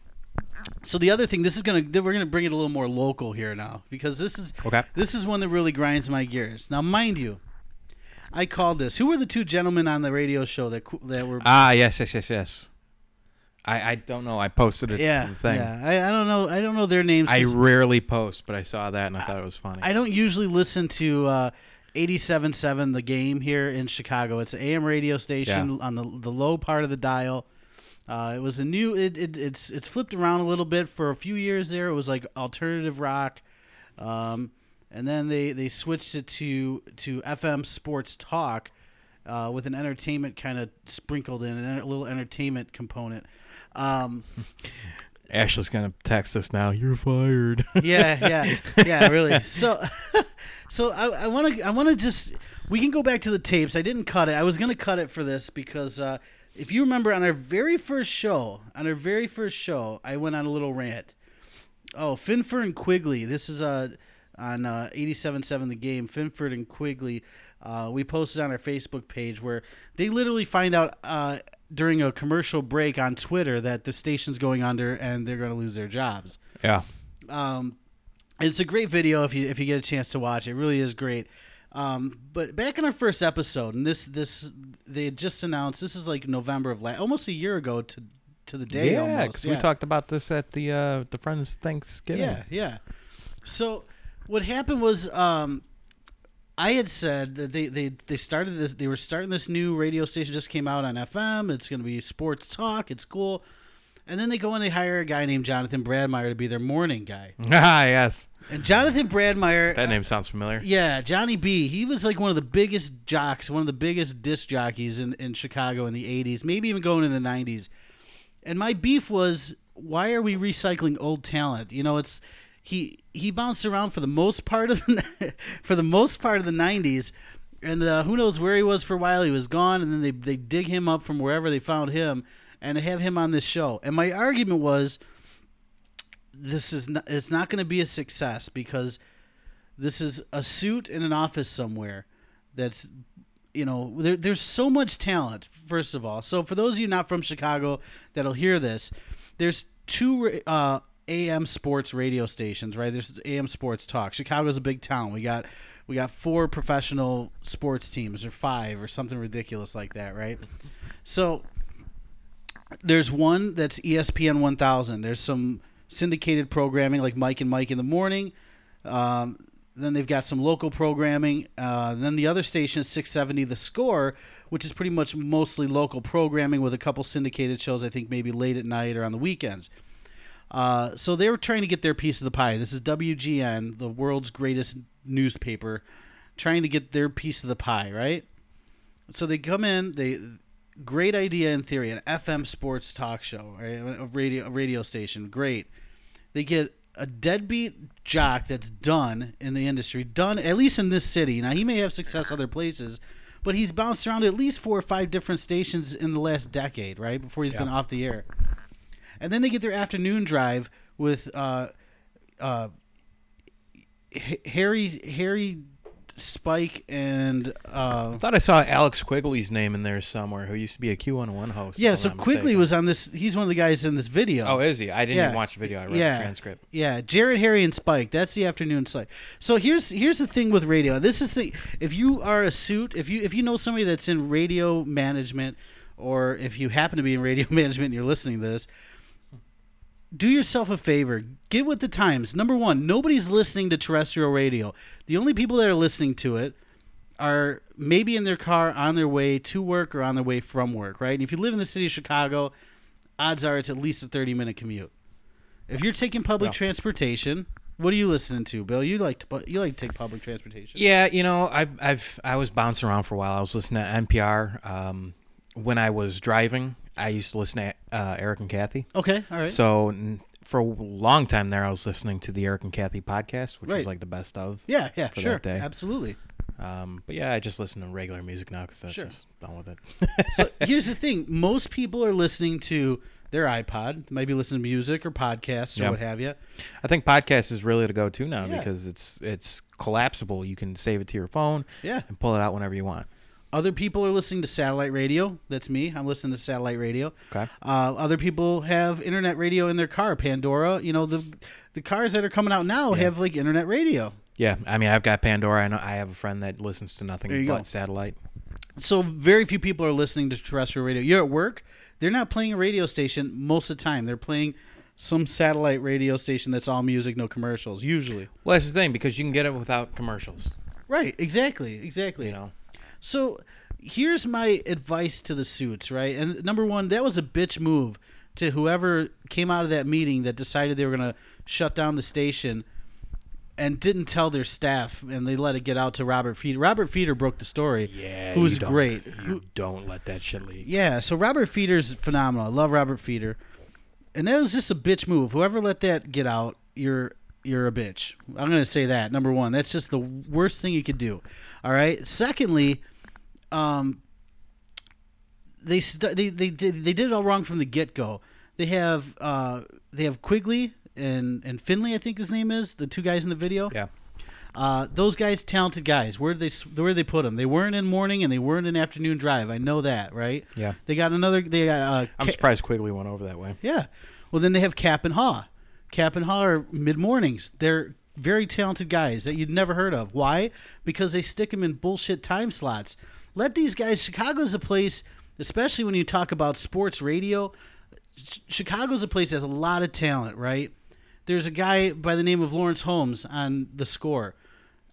Speaker 1: so the other thing, this is gonna we're gonna bring it a little more local here now because this is
Speaker 2: Okay.
Speaker 1: this is one that really grinds my gears. Now, mind you, I called this. Who were the two gentlemen on the radio show that qu- that were?
Speaker 2: Ah, yes, yes, yes, yes. I I don't know. I posted it. to
Speaker 1: yeah,
Speaker 2: the thing.
Speaker 1: yeah. I, I don't know. I don't know their names.
Speaker 2: I
Speaker 1: 'cause-
Speaker 2: rarely post, but I saw that and I thought it was funny.
Speaker 1: I don't usually listen to uh, 87.7 the game here in Chicago. It's an AM radio station on the the low part of the dial. Uh, it was a new it, it it's it's flipped around a little bit for a few years there. It was like alternative rock. Um, and then they, they switched it to to FM Sports Talk uh, with an entertainment kind of sprinkled in, and a little entertainment component. Um,
Speaker 3: Ashley's gonna text us now. You're fired.
Speaker 1: yeah, yeah, yeah, really. So, so I want to I want to just we can go back to the tapes. I didn't cut it. I was gonna cut it for this because uh, if you remember on our very first show, on our very first show, I went on a little rant. Oh, Finford and Quigley. This is uh, on uh, 87.7 The Game. Finford and Quigley. Uh, we posted on our Facebook page where they literally find out uh, during a commercial break on Twitter that the station's going under and they're going to lose their jobs.
Speaker 3: yeah.
Speaker 1: Um, it's a great video if you if you get a chance to watch. It really is great. Um, but back in our first episode, and this this they had just announced this is like November of last, almost a year ago to to the day.
Speaker 2: yeah,
Speaker 1: almost.
Speaker 2: because we talked about this at the uh, the friends Thanksgiving.
Speaker 1: Yeah, yeah. So what happened was um, I had said that they, they they started this they were starting this new radio station just came out on FM. It's going to be sports talk. It's cool. And then they go and they hire a guy named Jonathan Bradmeyer to be their morning guy.
Speaker 3: ah, yes.
Speaker 1: And Jonathan Bradmeyer
Speaker 3: That name sounds familiar.
Speaker 1: yeah, Johnny B. He was like one of the biggest jocks, one of the biggest disc jockeys in, in Chicago in the 80s, maybe even going in the 90s. And my beef was, why are we recycling old talent? You know, it's he he bounced around for the most part of the, for the most part of the 90s, and uh, who knows where he was for a while. He was gone, and then they they dig him up from wherever they found him, and they have him on this show. And my argument was, this is not, it's not going to be a success because this is a suit in an office somewhere that's you know there, there's so much talent first of all so for those of you not from chicago that'll hear this there's two ra- uh, am sports radio stations right there's am sports talk chicago's a big town we got we got four professional sports teams or five or something ridiculous like that right so there's one that's E ESPN 1000. There's some syndicated programming like Mike and Mike in the morning. Um, then they've got some local programming. Uh, then the other station is 670 The Score, which is pretty much mostly local programming with a couple syndicated shows, I think maybe late at night or on the weekends. Uh, so they were trying to get their piece of the pie. This is WGN, the world's greatest newspaper, trying to get their piece of the pie, right? so they come in they great idea in theory an fm sports talk show right? a radio a radio station great they get a deadbeat jock that's done in the industry done at least in this city now he may have success other places but he's bounced around at least four or five different stations in the last decade right before he's been off the air and then they get their afternoon drive with uh, uh, H- harry harry spike and uh,
Speaker 2: I thought I saw Alex Quigley's name in there somewhere, who used to be a Q101 host. if
Speaker 1: Yeah,
Speaker 2: I'm
Speaker 1: so
Speaker 2: not
Speaker 1: Quigley
Speaker 2: mistaken.
Speaker 1: was on this. He's one of the guys in this video.
Speaker 2: Oh, is he? I didn't
Speaker 1: Yeah.
Speaker 2: even watch the video. I read the transcript.
Speaker 1: Yeah, Jared, Harry, and Spike. That's the afternoon slide. So here's here's the thing with radio. This is the if you are a suit, if you if you know somebody that's in radio management, or if you happen to be in radio management and you're listening to this, do yourself a favor. Get with the times. Number one, nobody's listening to terrestrial radio. The only people that are listening to it are maybe in their car on their way to work or on their way from work, right? And if you live in the city of Chicago, odds are it's at least a 30 minute commute. If you're taking public
Speaker 2: Yeah.
Speaker 1: transportation, what are you listening to, Bill? You like to pu- you like to take public transportation.
Speaker 2: Yeah, you know, I've I've I was bouncing around for a while. I was listening to NPR. Um, when I was driving, I used to listen to uh, Eric and Kathy.
Speaker 1: Okay, all right.
Speaker 2: So n- for a long time there, I was listening to the Eric and Kathy podcast, which
Speaker 1: Right.
Speaker 2: was like the best of.
Speaker 1: yeah, yeah,
Speaker 2: that
Speaker 1: sure.
Speaker 2: day.
Speaker 1: Absolutely.
Speaker 2: Um, but yeah, I just listen to regular music now because I'm
Speaker 1: Sure.
Speaker 2: just done with it.
Speaker 1: so here's the thing most people are listening to their ipod they might be listening to music or podcasts or
Speaker 2: Yeah.
Speaker 1: what have you
Speaker 2: I think podcast is really the go-to now
Speaker 1: Yeah.
Speaker 2: because it's it's collapsible. You can save it to your phone
Speaker 1: yeah
Speaker 2: and pull it out whenever you want.
Speaker 1: other people are listening to satellite radio that's me i'm listening to satellite radio
Speaker 2: Okay.
Speaker 1: uh, other people have internet radio in their car pandora you know the the cars that are coming out now have like internet radio
Speaker 2: Yeah, I mean, I've got Pandora. I know I have a friend that listens to nothing
Speaker 1: There you
Speaker 2: but
Speaker 1: go.
Speaker 2: satellite.
Speaker 1: so very few people are listening to terrestrial radio you're at work they're not playing a radio station most of the time they're playing some satellite radio station that's all music no commercials usually
Speaker 2: Well, that's the thing because you can get it without commercials.
Speaker 1: Right, exactly, exactly.
Speaker 2: You know,
Speaker 1: So here's my advice to the suits, right? And number one, that was a bitch move to whoever came out of that meeting that decided they were going to shut down the station and didn't tell their staff and they let it get out to Robert Feeder. Robert Feeder broke the story.
Speaker 2: yeah,
Speaker 1: Who was
Speaker 2: you don't-
Speaker 1: great.
Speaker 2: You don't let that shit leak.
Speaker 1: Yeah, so Robert Feeder's phenomenal. I love Robert Feeder. And that was just a bitch move. Whoever let that get out, you're you're a bitch. I'm gonna say that. Number one. That's just the worst thing you could do. All right. Secondly, um they st- they, they they they did it all wrong from the get go. They have uh they have Quigley and and Finley, I think his name is, the two guys in the video.
Speaker 2: Yeah.
Speaker 1: Uh, those guys, talented guys. Where did they where did they put them? They weren't in morning and they weren't in afternoon drive. I know that, right?
Speaker 2: Yeah.
Speaker 1: They got another. They got. Uh,
Speaker 2: I'm
Speaker 1: Ca-
Speaker 2: surprised Quigley went over that way.
Speaker 1: yeah. Well, then they have Cap and Haw. Cap and Haw are mid mornings. They're very talented guys that you'd never heard of. Why? Because they stick them in bullshit time slots. Let these guys. Chicago's a place, especially when you talk about sports radio. Ch- Chicago's a place that has a lot of talent, right? There's a guy by the name of Lawrence Holmes on the score.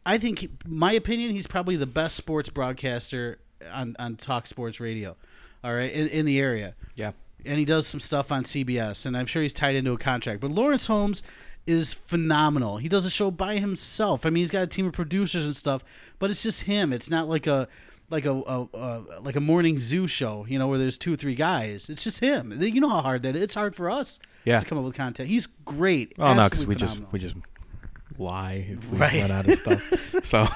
Speaker 1: I think, he- my opinion, he's probably the best sports broadcaster on, on Talk Sports Radio, all right, in, in the area
Speaker 2: Yeah.
Speaker 1: and he does some stuff on CBS, and I'm sure he's tied into a contract. But Lawrence Holmes is phenomenal. He does a show by himself. I mean, he's got a team of producers and stuff, but it's just him. It's not like a like a, a, a like a morning zoo show, you know, where there's two or three guys. It's just him. You know how hard that is. It's hard for us
Speaker 2: Yeah.
Speaker 1: to come up with content. He's great.
Speaker 2: Well, no, because
Speaker 1: Absolutely
Speaker 2: we just
Speaker 1: phenomenal.
Speaker 2: we just lie if we
Speaker 1: Right.
Speaker 2: run out of stuff. so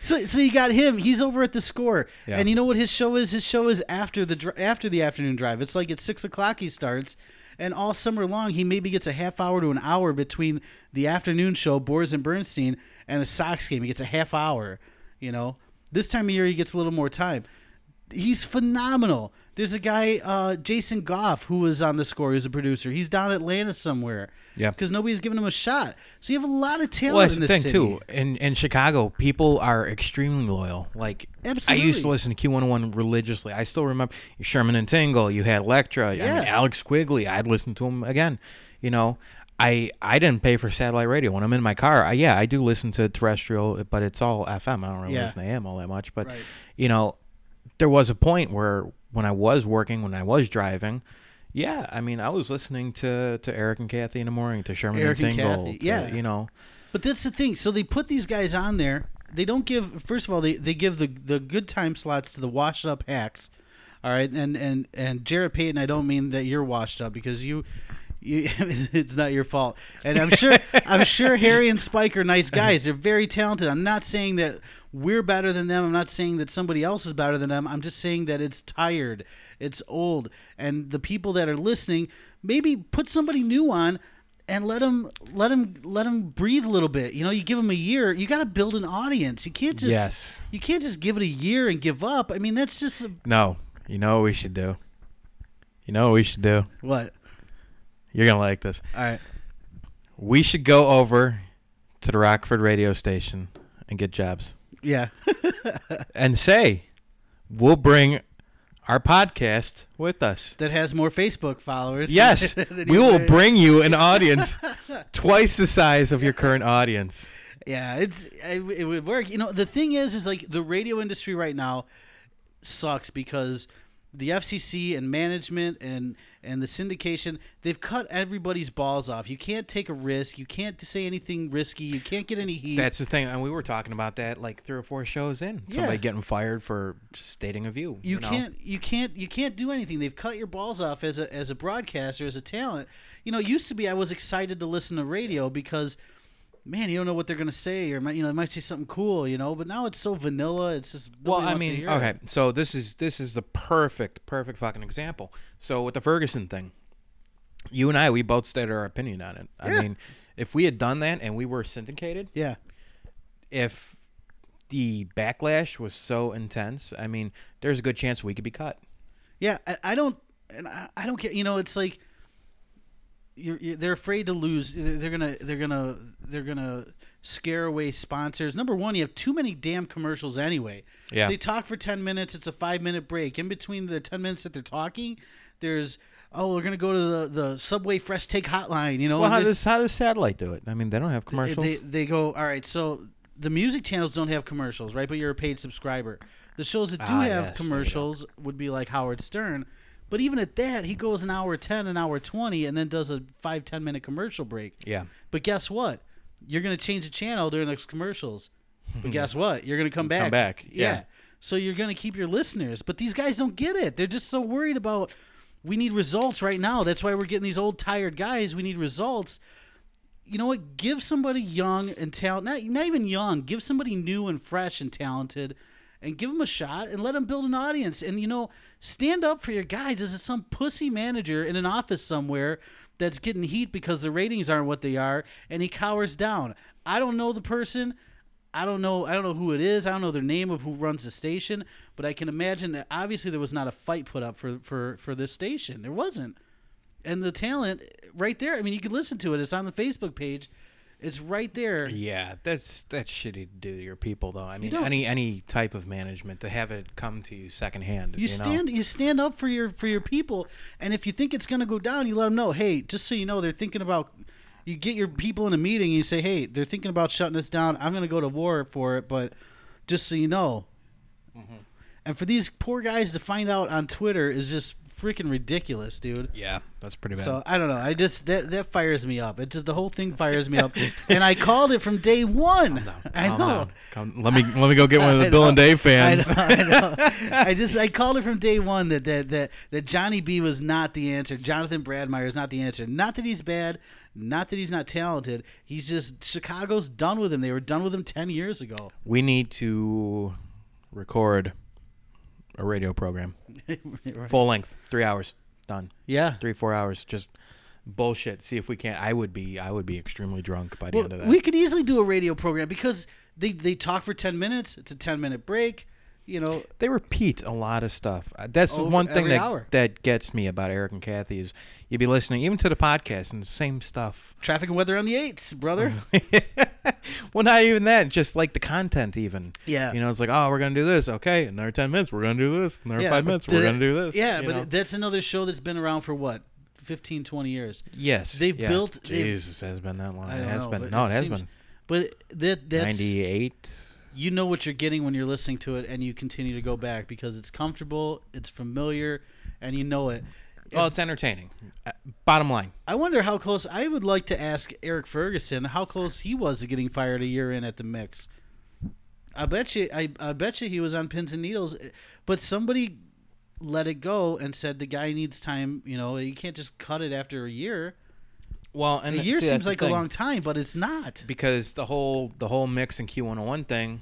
Speaker 1: So, so you got him. He's over at the score,
Speaker 2: Yeah.
Speaker 1: and you know what his show is? His show is after the dr- after the afternoon drive. It's like at six o'clock he starts, and all summer long he maybe gets a half hour to an hour between the afternoon show, Boris and Bernstein, and a Sox game. He gets a half hour. You know, this time of year he gets a little more time. He's phenomenal. There's a guy, uh, Jason Goff, who was on the score. He's a producer. He's down in Atlanta somewhere.
Speaker 2: Yeah.
Speaker 1: because nobody's giving him a shot. So you have a lot of talent
Speaker 2: well, that's
Speaker 1: in
Speaker 2: the
Speaker 1: this
Speaker 2: thing
Speaker 1: city.
Speaker 2: too. In in Chicago, people are extremely loyal. Like I used to
Speaker 1: Absolutely.
Speaker 2: listen to Q101 religiously. I still remember Sherman and Tingle. You had Electra. I
Speaker 1: Yeah.
Speaker 2: mean, Alex Quigley. I'd listen to him again. You know, I I didn't pay for satellite radio when I'm in my car. I, yeah, I do listen to terrestrial, but it's all FM. I don't really
Speaker 1: Yeah.
Speaker 2: listen to AM all that much. But
Speaker 1: Right.
Speaker 2: you know, there was a point where when I was working, when I was driving. Yeah, I mean, I was listening to, to Eric and Kathy in the morning, to Sherman
Speaker 1: Eric and
Speaker 2: and Tingle,
Speaker 1: Kathy,
Speaker 2: to,
Speaker 1: yeah.
Speaker 2: you know,
Speaker 1: But that's the thing. So they put these guys on there. They don't give. First of all, they, they give the the good time slots to the washed up hacks. All right, and and and Jared Payton. I don't mean that you're washed up because you. You, it's not your fault, and I'm sure I'm sure Harry and Spike are nice guys. They're very talented. I'm not saying that we're better than them. I'm not saying that somebody else is better than them. I'm just saying that it's tired, it's old, and the people that are listening maybe put somebody new on and let them let them let them breathe a little bit. You know, you give them a year. You got to build an audience. You can't just
Speaker 2: Yes.
Speaker 1: you can't just give it a year and give up. I mean, that's just a,
Speaker 2: No. You know what we should do? You know what we should do?
Speaker 1: what.
Speaker 2: You're going to like this.
Speaker 1: All right.
Speaker 2: We should go over to the Rockford radio station and get jobs
Speaker 1: Yeah.
Speaker 2: and say, we'll bring our podcast with us.
Speaker 1: that has more Facebook followers.
Speaker 2: Yes,
Speaker 1: than
Speaker 2: we
Speaker 1: you
Speaker 2: will
Speaker 1: do.
Speaker 2: bring you an audience twice the size of your current audience.
Speaker 1: Yeah, it's it, it would work. You know, the thing is, is like the radio industry right now sucks because the FCC and management and and the syndication they've cut everybody's balls off. You can't take a risk. You can't say anything risky. You can't get any heat.
Speaker 2: That's the thing. And we were talking about that like three or four shows in.
Speaker 1: Yeah.
Speaker 2: Somebody getting fired for stating a view.
Speaker 1: you,
Speaker 2: know?
Speaker 1: can't you can't you can't do anything they've cut your balls off as a as a broadcaster as a talent you know it used to be i was excited to listen to radio because man you don't know what they're going to say or might- you know they might say something cool you know but now it's so vanilla it's just
Speaker 2: Well,
Speaker 1: nobody
Speaker 2: I
Speaker 1: wants to
Speaker 2: mean,
Speaker 1: hear
Speaker 2: okay.
Speaker 1: it.
Speaker 2: So this is this is the perfect, perfect fucking example. So with the Ferguson thing, you and I, we both stated our opinion on it.
Speaker 1: Yeah.
Speaker 2: I mean, if we had done that and we were syndicated,
Speaker 1: yeah
Speaker 2: if the backlash was so intense, I mean, there's a good chance we could be cut.
Speaker 1: yeah i, I don't and I, I don't care you know it's like you're, you're, they're afraid to lose they're they're gonna they're gonna they're gonna scare away sponsors number one you have too many damn commercials anyway
Speaker 2: Yeah.
Speaker 1: They talk for 10 minutes. It's a five minute break. In between the 10 minutes that they're talking, there's, oh, we're going to go to the, the Subway Fresh Take Hotline, you know?
Speaker 2: Well,
Speaker 1: and
Speaker 2: how
Speaker 1: there's-
Speaker 2: does how does satellite do it? I mean, they don't have commercials.
Speaker 1: they, they go, all right, so the music channels don't have commercials, right? But you're a paid subscriber. The shows that do
Speaker 2: Ah,
Speaker 1: have
Speaker 2: yes, they don't.
Speaker 1: commercials would be like Howard Stern. But even at that, he goes an hour 10, an hour 20, and then does a five ten minute commercial break.
Speaker 2: Yeah.
Speaker 1: But guess what? You're going to change the channel during those commercials. But guess what? You're going to come back.
Speaker 2: Come back, yeah.
Speaker 1: So you're going to keep your listeners. But these guys don't get it. They're just so worried about we need results right now. That's why we're getting these old tired guys. We need results. You know what? Give somebody young and talent, not, not even young, give somebody new and fresh and talented and give them a shot and let them build an audience. And, you know, stand up for your guys. This is some pussy manager in an office somewhere that's getting heat because the ratings aren't what they are and he cowers down. I don't know the person. I don't know. I don't know who it is. I don't know their name of who runs the station, but I can imagine that obviously there was not a fight put up for for for this station. There wasn't, and the talent right there. I mean, you can listen to it. It's on the Facebook page. It's right there.
Speaker 2: Yeah, that's that's shitty to do to your people, though. I mean,
Speaker 1: don't-
Speaker 2: any any type of management to have it come to you secondhand.
Speaker 1: You stand you stand up for your for your people, and if you think it's gonna go down, you let them know. Hey, just so you know, they're thinking about. You get your people in a meeting, and you say, "Hey, they're thinking about shutting us down. I'm gonna go to war for it, but just so you know." And for these poor guys to find out on Twitter is just freaking ridiculous, dude.
Speaker 2: Yeah, that's pretty bad.
Speaker 1: So I don't know. I just that that fires me up. It just the whole thing fires me up, and I called it from day one. I know.
Speaker 2: Calm down.
Speaker 3: Come, let me let me go get one of
Speaker 1: I
Speaker 3: the Bill and
Speaker 1: know.
Speaker 3: Dave
Speaker 1: I
Speaker 3: fans.
Speaker 1: know, I know. I just I called it from day one that that that that Johnny B was not the answer. Jonathan Bradmeyer is not the answer. Not that he's bad. Not that he's not talented. He's just Chicago's done with him. They were done with him ten years ago.
Speaker 2: we need to record a radio program, full length, three hours, done,
Speaker 1: Yeah.
Speaker 2: three four hours, just bullshit. See if we can't. I would be I would be extremely drunk by the end of
Speaker 1: Well,
Speaker 2: that.
Speaker 1: we could easily do a radio program because they they talk for ten minutes. It's a ten minute break. You know,
Speaker 2: they repeat a lot of stuff. Uh, That's the
Speaker 1: Over
Speaker 2: one thing
Speaker 1: every
Speaker 2: that
Speaker 1: hour.
Speaker 2: that gets me about Eric and Kathy is you'd be listening even to the podcast and the same stuff.
Speaker 1: traffic and weather on the eights, brother.
Speaker 2: well, not even that. Just like the content, even.
Speaker 1: Yeah.
Speaker 2: You know, it's like, oh, we're gonna do this. Okay, another ten minutes, we're gonna do this. Another five
Speaker 1: but
Speaker 2: minutes, we're
Speaker 1: the-
Speaker 2: gonna do this.
Speaker 1: Yeah,
Speaker 2: you
Speaker 1: but
Speaker 2: know?
Speaker 1: that's another show that's been around for what 15, 20 years.
Speaker 2: yes,
Speaker 1: they've
Speaker 2: yeah.
Speaker 1: built- they've-
Speaker 2: Jesus, has been that long.
Speaker 1: I
Speaker 2: Oh, It
Speaker 1: don't
Speaker 2: has
Speaker 1: know,
Speaker 2: been.
Speaker 1: but
Speaker 2: No, it has
Speaker 1: seems-
Speaker 2: been.
Speaker 1: But that that's
Speaker 2: Ninety-eight.
Speaker 1: you know what you're getting when you're listening to it, and you continue to go back because it's comfortable, it's familiar, and you know it.
Speaker 2: Well, it's entertaining. Uh, bottom line,
Speaker 1: I wonder how close. I would like to ask Eric Ferguson how close he was to getting fired a year in at the mix. I bet you. I, I bet you he was on pins and needles, but somebody let it go and said the guy needs time. You know, you can't just cut it after a year.
Speaker 2: well, and
Speaker 1: A year
Speaker 2: see, that's
Speaker 1: seems
Speaker 2: the
Speaker 1: like a
Speaker 2: thing.
Speaker 1: long time, but it's not.
Speaker 2: because the whole the whole mix and Q101 thing,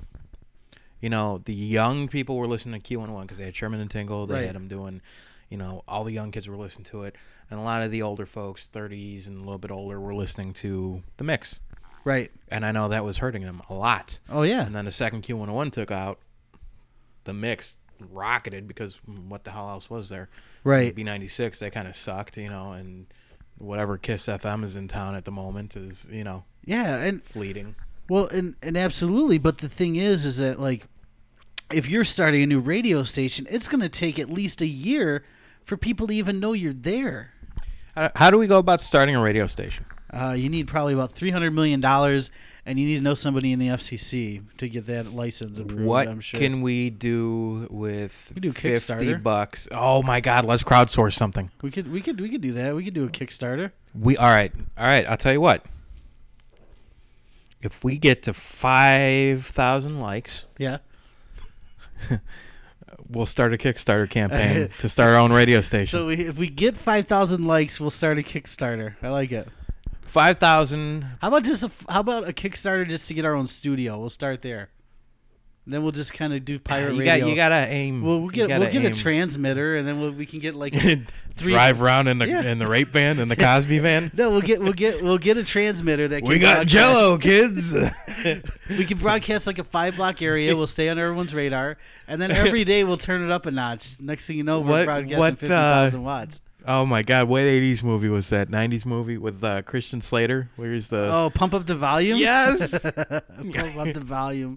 Speaker 2: you know, the young people were listening to Q101 because they had Sherman and Tingle, they
Speaker 1: Right.
Speaker 2: had them doing, you know, all the young kids were listening to it, and a lot of the older folks, 30s and a little bit older, were listening to the mix,
Speaker 1: Right.
Speaker 2: and I know that was hurting them a lot.
Speaker 1: Oh yeah.
Speaker 2: And then the second Q101 took out, the mix rocketed because what the hell else was there?
Speaker 1: Right.
Speaker 2: B96 they kind of sucked, you know, and whatever Kiss FM is in town at the moment is, you know,
Speaker 1: Yeah, and
Speaker 2: fleeting.
Speaker 1: Well, and and absolutely, but the thing is, is that like, if you're starting a new radio station, it's going to take at least a year for people to even know you're there.
Speaker 2: How how do we go about starting a radio station?
Speaker 1: Uh, you need probably about three hundred million dollars, and you need to know somebody in the FCC to get that license approved.
Speaker 2: What
Speaker 1: I'm sure.
Speaker 2: can we do with
Speaker 1: We do
Speaker 2: fifty
Speaker 1: Kickstarter.
Speaker 2: bucks? Oh my God! Let's crowdsource something.
Speaker 1: we could we could we could do that. We could do a Kickstarter.
Speaker 2: We all right, all right. I'll tell you what. If we get to five thousand likes,
Speaker 1: Yeah.
Speaker 2: we'll start a Kickstarter campaign to start our own radio station.
Speaker 1: So we, if we get five thousand likes, we'll start a Kickstarter. I like it.
Speaker 2: five thousand.
Speaker 1: How about just a, f- how about a Kickstarter just to get our own studio? We'll start there. Then we'll just kind of do pirate
Speaker 2: You
Speaker 1: radio.
Speaker 2: got. You gotta aim.
Speaker 1: Well, we'll
Speaker 2: you
Speaker 1: get
Speaker 2: gotta
Speaker 1: we'll get a
Speaker 2: aim.
Speaker 1: transmitter, and then we'll, we can get like a three.
Speaker 3: Drive around in the
Speaker 1: Yeah.
Speaker 3: in the rape van in the Cosby van.
Speaker 1: No, we'll get we'll get we'll get a transmitter that can
Speaker 3: We got
Speaker 1: broadcast-
Speaker 3: Jello, kids.
Speaker 1: We can broadcast like a five block area. We'll stay on everyone's radar, and then every day we'll turn it up a notch. Next thing you know, we're
Speaker 3: What-
Speaker 1: broadcasting
Speaker 3: what, uh,
Speaker 1: fifty thousand watts.
Speaker 3: oh my God! What '80s movie was that? '90s movie with uh, Christian Slater. Where's the?
Speaker 1: Oh, pump up the volume!
Speaker 3: Yes.
Speaker 1: pump up the volume.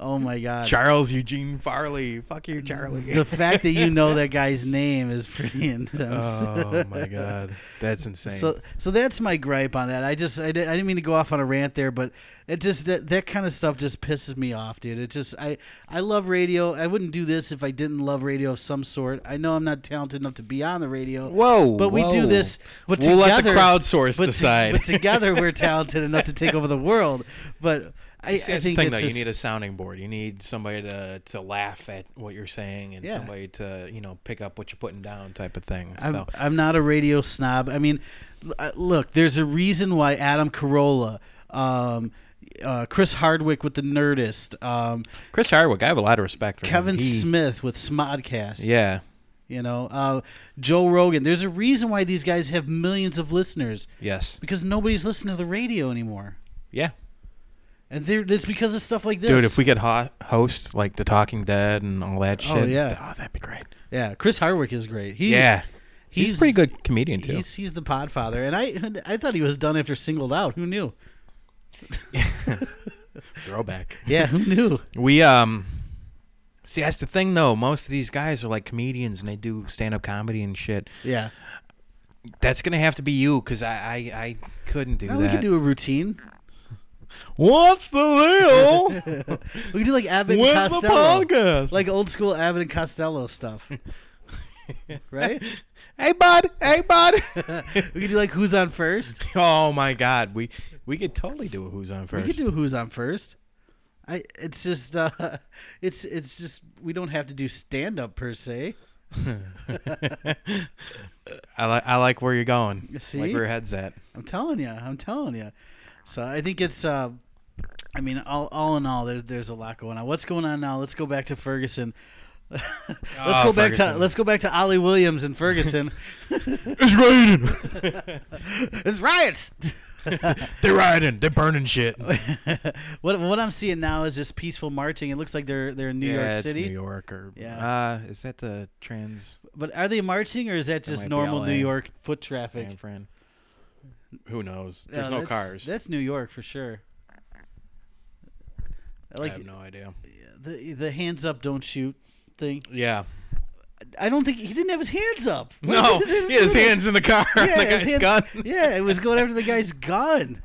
Speaker 1: Oh my god.
Speaker 2: Charles Eugene Farley. Fuck you, Charlie.
Speaker 1: the fact that you know that guy's name is pretty intense.
Speaker 3: Oh my god, that's insane.
Speaker 1: So, uh, so that's my gripe on that. I just, I, did, I didn't mean to go off on a rant there, but it just that, that kind of stuff just pisses me off, dude. It just, I, I love radio. I wouldn't do this if I didn't love radio of some sort. I know I'm not talented enough to be on the radio.
Speaker 2: Whoa,
Speaker 1: but we do
Speaker 2: whoa.
Speaker 1: this. But
Speaker 2: We'll let the
Speaker 1: together-
Speaker 2: crowdsource
Speaker 1: but to-
Speaker 2: decide.
Speaker 1: but together, we're talented enough to take over the world. But I,
Speaker 2: It's-
Speaker 1: I
Speaker 2: it's the
Speaker 1: think
Speaker 2: thing
Speaker 1: it's
Speaker 2: though,
Speaker 1: just,
Speaker 2: you need a sounding board. You need somebody to, to laugh at what you're saying and
Speaker 1: Yeah.
Speaker 2: somebody to you know pick up what you're putting down, type of thing.
Speaker 1: I'm,
Speaker 2: so
Speaker 1: I'm not a radio snob. I mean, l- uh, look, there's a reason why Adam Carolla, um, uh, Chris Hardwick with the Nerdist, um,
Speaker 2: Chris Hardwick, I have a lot of respect for him.
Speaker 1: Kevin
Speaker 2: He-
Speaker 1: Smith with Smodcast.
Speaker 2: Yeah,
Speaker 1: You know, uh, Joe Rogan. There's a reason why these guys have millions of listeners
Speaker 2: yes,
Speaker 1: because nobody's listening to the radio anymore.
Speaker 2: yeah.
Speaker 1: And they're, it's because of stuff like this.
Speaker 2: Dude, if we could ho- host like The Talking Dead and all that shit,
Speaker 1: Oh, yeah.
Speaker 2: oh, that'd be great.
Speaker 1: Yeah, Chris Hardwick is great. He's,
Speaker 2: yeah,
Speaker 1: He's,
Speaker 2: he's, a pretty good comedian too.
Speaker 1: He's, he's the podfather. And I, I thought he was done after singled out. Who knew?
Speaker 2: Throwback.
Speaker 1: Yeah, who knew?
Speaker 2: We um, see that's the thing though. Most of these guys are like comedians and they do stand up comedy and shit.
Speaker 1: Yeah.
Speaker 2: That's gonna have to be you because I, I I couldn't do
Speaker 1: Now
Speaker 2: that.
Speaker 1: we could do a routine.
Speaker 2: What's the deal?
Speaker 1: We could do like Abbott
Speaker 2: When's
Speaker 1: and
Speaker 2: the
Speaker 1: Costello,
Speaker 2: podcast?
Speaker 1: like old school Abbott and Costello stuff, right? Uh,
Speaker 2: hey bud, hey bud.
Speaker 1: we could do like Who's on First.
Speaker 2: oh my god, we we could totally do a who's on
Speaker 1: We
Speaker 2: first.
Speaker 1: could do Who's on First. I. It's just. Uh, it's it's just we don't have to do stand up per se.
Speaker 2: I like I like where you're going.
Speaker 1: see?
Speaker 2: Like where your head's at.
Speaker 1: I'm telling you. I'm telling you. So I think it's. Uh, I mean, all, all in all, there's there's a lot going on. What's going on now? Let's go back to Ferguson. let's
Speaker 2: Oh,
Speaker 1: go back to
Speaker 2: Ferguson.
Speaker 1: let's go back to Ollie Williams and Ferguson.
Speaker 2: It's raining.
Speaker 1: it's riots.
Speaker 2: they're rioting. They're burning shit.
Speaker 1: what what I'm seeing now is just peaceful marching. It looks like they're they're in New
Speaker 2: yeah,
Speaker 1: York
Speaker 2: it's
Speaker 1: City.
Speaker 2: New York or
Speaker 1: Yeah.
Speaker 2: Uh, is that the trans
Speaker 1: But are they marching or is that just
Speaker 2: might be
Speaker 1: normal New
Speaker 2: LA.
Speaker 1: York foot traffic?
Speaker 2: San Fran? Who knows?
Speaker 1: Uh,
Speaker 2: There's no
Speaker 1: that's-
Speaker 2: cars.
Speaker 1: That's New York for sure. I
Speaker 2: I
Speaker 1: like
Speaker 2: have no idea.
Speaker 1: the the hands up, don't shoot thing.
Speaker 2: Yeah.
Speaker 1: I don't think he didn't have his hands up.
Speaker 2: No,
Speaker 1: What is it-
Speaker 2: he had his hands in the car.
Speaker 1: Yeah,
Speaker 2: the
Speaker 1: his
Speaker 2: guy's
Speaker 1: hands-
Speaker 2: gun.
Speaker 1: yeah, it was going after the guy's gun.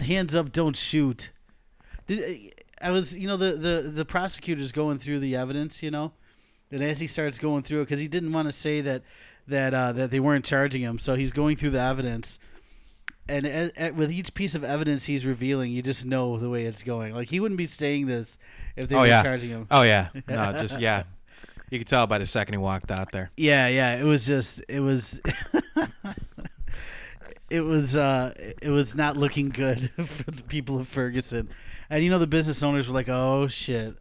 Speaker 1: Hands up, don't shoot. Did, I was, you know, the, the, the prosecutor's going through the evidence, you know, and as he starts going through it, because he didn't want to say that that uh, that they weren't charging him, so he's going through the evidence, and a a- with each piece of evidence he's revealing, you just know the way it's going. Like he wouldn't be saying this if they
Speaker 2: Oh
Speaker 1: were
Speaker 2: yeah.
Speaker 1: charging him.
Speaker 2: Oh yeah. No, just yeah. You could tell by the second he walked out there.
Speaker 1: Yeah, yeah. It was just it was it was uh it was not looking good for the people of Ferguson. And you know the business owners were like, "Oh shit."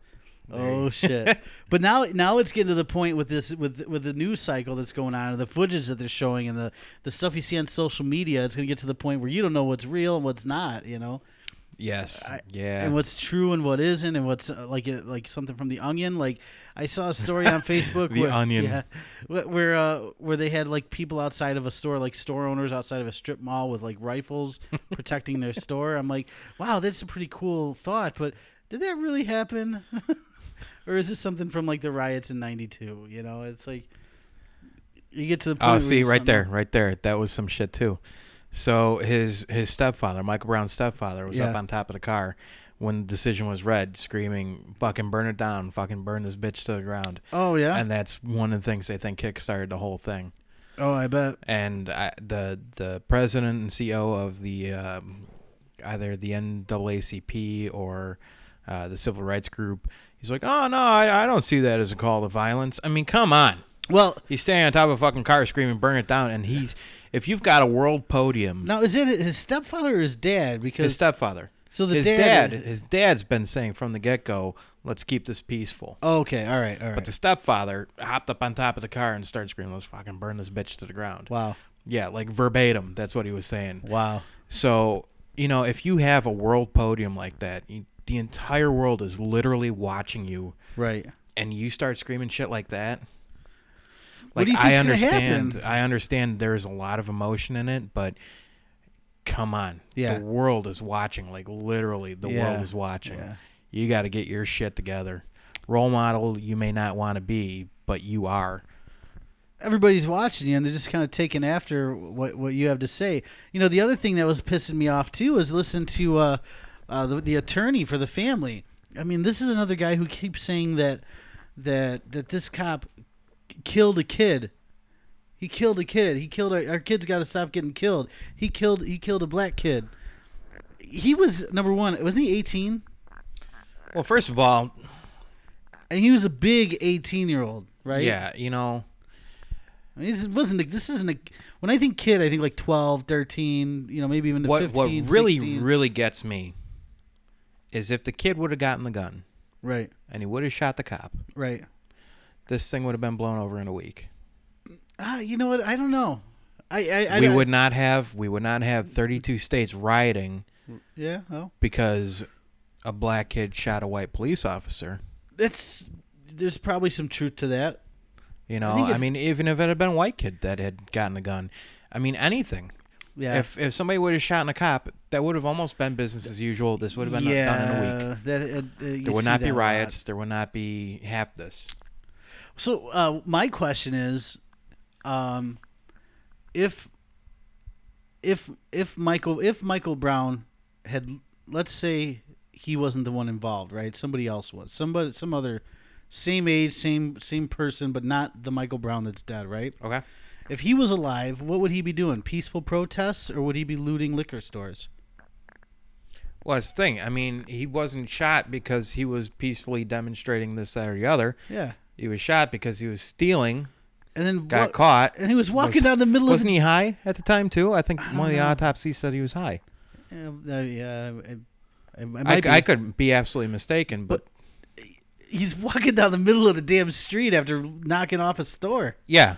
Speaker 1: Oh shit. but now now it's getting to the point with this with with the news cycle that's going on and the footage that they're showing and the the stuff you see on social media, it's going to get to the point where you don't know what's real and what's not, you know
Speaker 2: Yes.
Speaker 1: I-
Speaker 2: yeah.
Speaker 1: and what's true and what isn't, and what's uh, like uh, like something from the Onion. Like I saw a story on Facebook.
Speaker 2: The
Speaker 1: where,
Speaker 2: Onion.
Speaker 1: yeah, wh- where uh, where they had like people outside of a store, like store owners outside of a strip mall with like rifles protecting their store. I'm like, wow, that's a pretty cool thought, but did that really happen? Or is this something from like the riots in '92? You know, it's like you get to the point.
Speaker 2: Oh,
Speaker 1: where
Speaker 2: see,
Speaker 1: you're
Speaker 2: right
Speaker 1: something-
Speaker 2: there, right there. That was some shit too. So his his stepfather, Michael Brown's stepfather, was up
Speaker 1: Yeah.
Speaker 2: on top of the car when the decision was read, screaming, "Fucking burn it down! Fucking burn this bitch to the ground!"
Speaker 1: Oh yeah.
Speaker 2: And that's one of the things they think kickstarted the whole thing.
Speaker 1: oh, I bet.
Speaker 2: And I, the the president and CEO of the um, either the NAACP or uh, the civil rights group, he's like, "Oh no, I, I don't see that as a call to violence. I mean, come on."
Speaker 1: Well,
Speaker 2: He's standing on top of a fucking car screaming, burn it down. And he's, if you've got a world podium,
Speaker 1: now is it his stepfather or his dad? Because
Speaker 2: his stepfather,
Speaker 1: so the
Speaker 2: his
Speaker 1: dad,
Speaker 2: dad, his dad's been saying from the get go, let's keep this peaceful.
Speaker 1: Okay, all right, all right.
Speaker 2: But the stepfather hopped up on top of the car and started screaming, let's fucking burn this bitch to the ground.
Speaker 1: wow,
Speaker 2: Yeah, like verbatim. That's what he was saying.
Speaker 1: wow,
Speaker 2: So, you know, if you have a world podium like that, you, the entire world is literally watching you
Speaker 1: right.
Speaker 2: and you start screaming shit like that,
Speaker 1: What
Speaker 2: like
Speaker 1: do you
Speaker 2: I
Speaker 1: think's gonna
Speaker 2: understand,
Speaker 1: happen?
Speaker 2: I understand there's a lot of emotion in it, but come on,
Speaker 1: Yeah.
Speaker 2: the world is watching. Like literally, the
Speaker 1: Yeah.
Speaker 2: world is watching.
Speaker 1: Yeah.
Speaker 2: You got to get your shit together. Role model you may not want to be, but you are.
Speaker 1: everybody's watching you and they're just kind of taking after what what you have to say. You know, the other thing that was pissing me off too is listen to uh, uh, the, the attorney for the family. I mean, this is another guy who keeps saying that that that this cop k- killed a kid. He killed a kid. He killed our, our kids. Got to stop getting killed. He killed. He killed a black kid. He was number one. Wasn't he eighteen?
Speaker 2: Well, first of all,
Speaker 1: And he was a big eighteen-year-old, right?
Speaker 2: yeah, you know,
Speaker 1: I mean, this wasn't. a- This isn't a. When I think kid, I think like 12, 13, You know, maybe even to
Speaker 2: what
Speaker 1: 15,
Speaker 2: what really
Speaker 1: 16.
Speaker 2: really gets me is if the kid would have gotten the gun
Speaker 1: right,
Speaker 2: and he would have shot the cop,
Speaker 1: right.
Speaker 2: this thing would have been blown over in a week.
Speaker 1: Ah, you know what? I don't know. I, I, I
Speaker 2: we
Speaker 1: I-
Speaker 2: would not have we would not have 32 states rioting
Speaker 1: Yeah. Well,
Speaker 2: because a black kid shot a white police officer.
Speaker 1: that's. There's probably some truth to that.
Speaker 2: You
Speaker 1: I
Speaker 2: know,
Speaker 1: think
Speaker 2: I,
Speaker 1: it's-
Speaker 2: mean, even if it had been a white kid that had gotten the gun, I mean, anything.
Speaker 1: Yeah.
Speaker 2: If if somebody would have shot a cop, that would have almost been business as usual. This would have been done in a week.
Speaker 1: Yeah, That, uh, uh, you
Speaker 2: There would
Speaker 1: see
Speaker 2: not
Speaker 1: that
Speaker 2: be
Speaker 1: a lot.
Speaker 2: riots. There would not be half this.
Speaker 1: So uh, my question is, um, if if if Michael if Michael Brown had let's say he wasn't the one involved, right? Somebody else was. Somebody some other same age, same same person, but not the Michael Brown that's dead, right?
Speaker 2: Okay.
Speaker 1: If he was alive, what would he be doing? Peaceful protests or would he be looting liquor stores?
Speaker 2: Well, it's the thing. I mean, he wasn't shot because he was peacefully demonstrating this, that, or the other.
Speaker 1: Yeah.
Speaker 2: He was shot because he was stealing,
Speaker 1: And then
Speaker 2: got
Speaker 1: what-
Speaker 2: caught.
Speaker 1: and he was walking
Speaker 2: Was-
Speaker 1: down the middle of
Speaker 2: Wasn't
Speaker 1: the
Speaker 2: he high Ah. at the time too? I think one of the
Speaker 1: know.
Speaker 2: autopsies said he was high.
Speaker 1: Yeah, uh, yeah, I, I, I
Speaker 2: I,
Speaker 1: might be-
Speaker 2: I could be absolutely mistaken, but,
Speaker 1: he's walking down the middle of the damn street after knocking off a store
Speaker 2: yeah,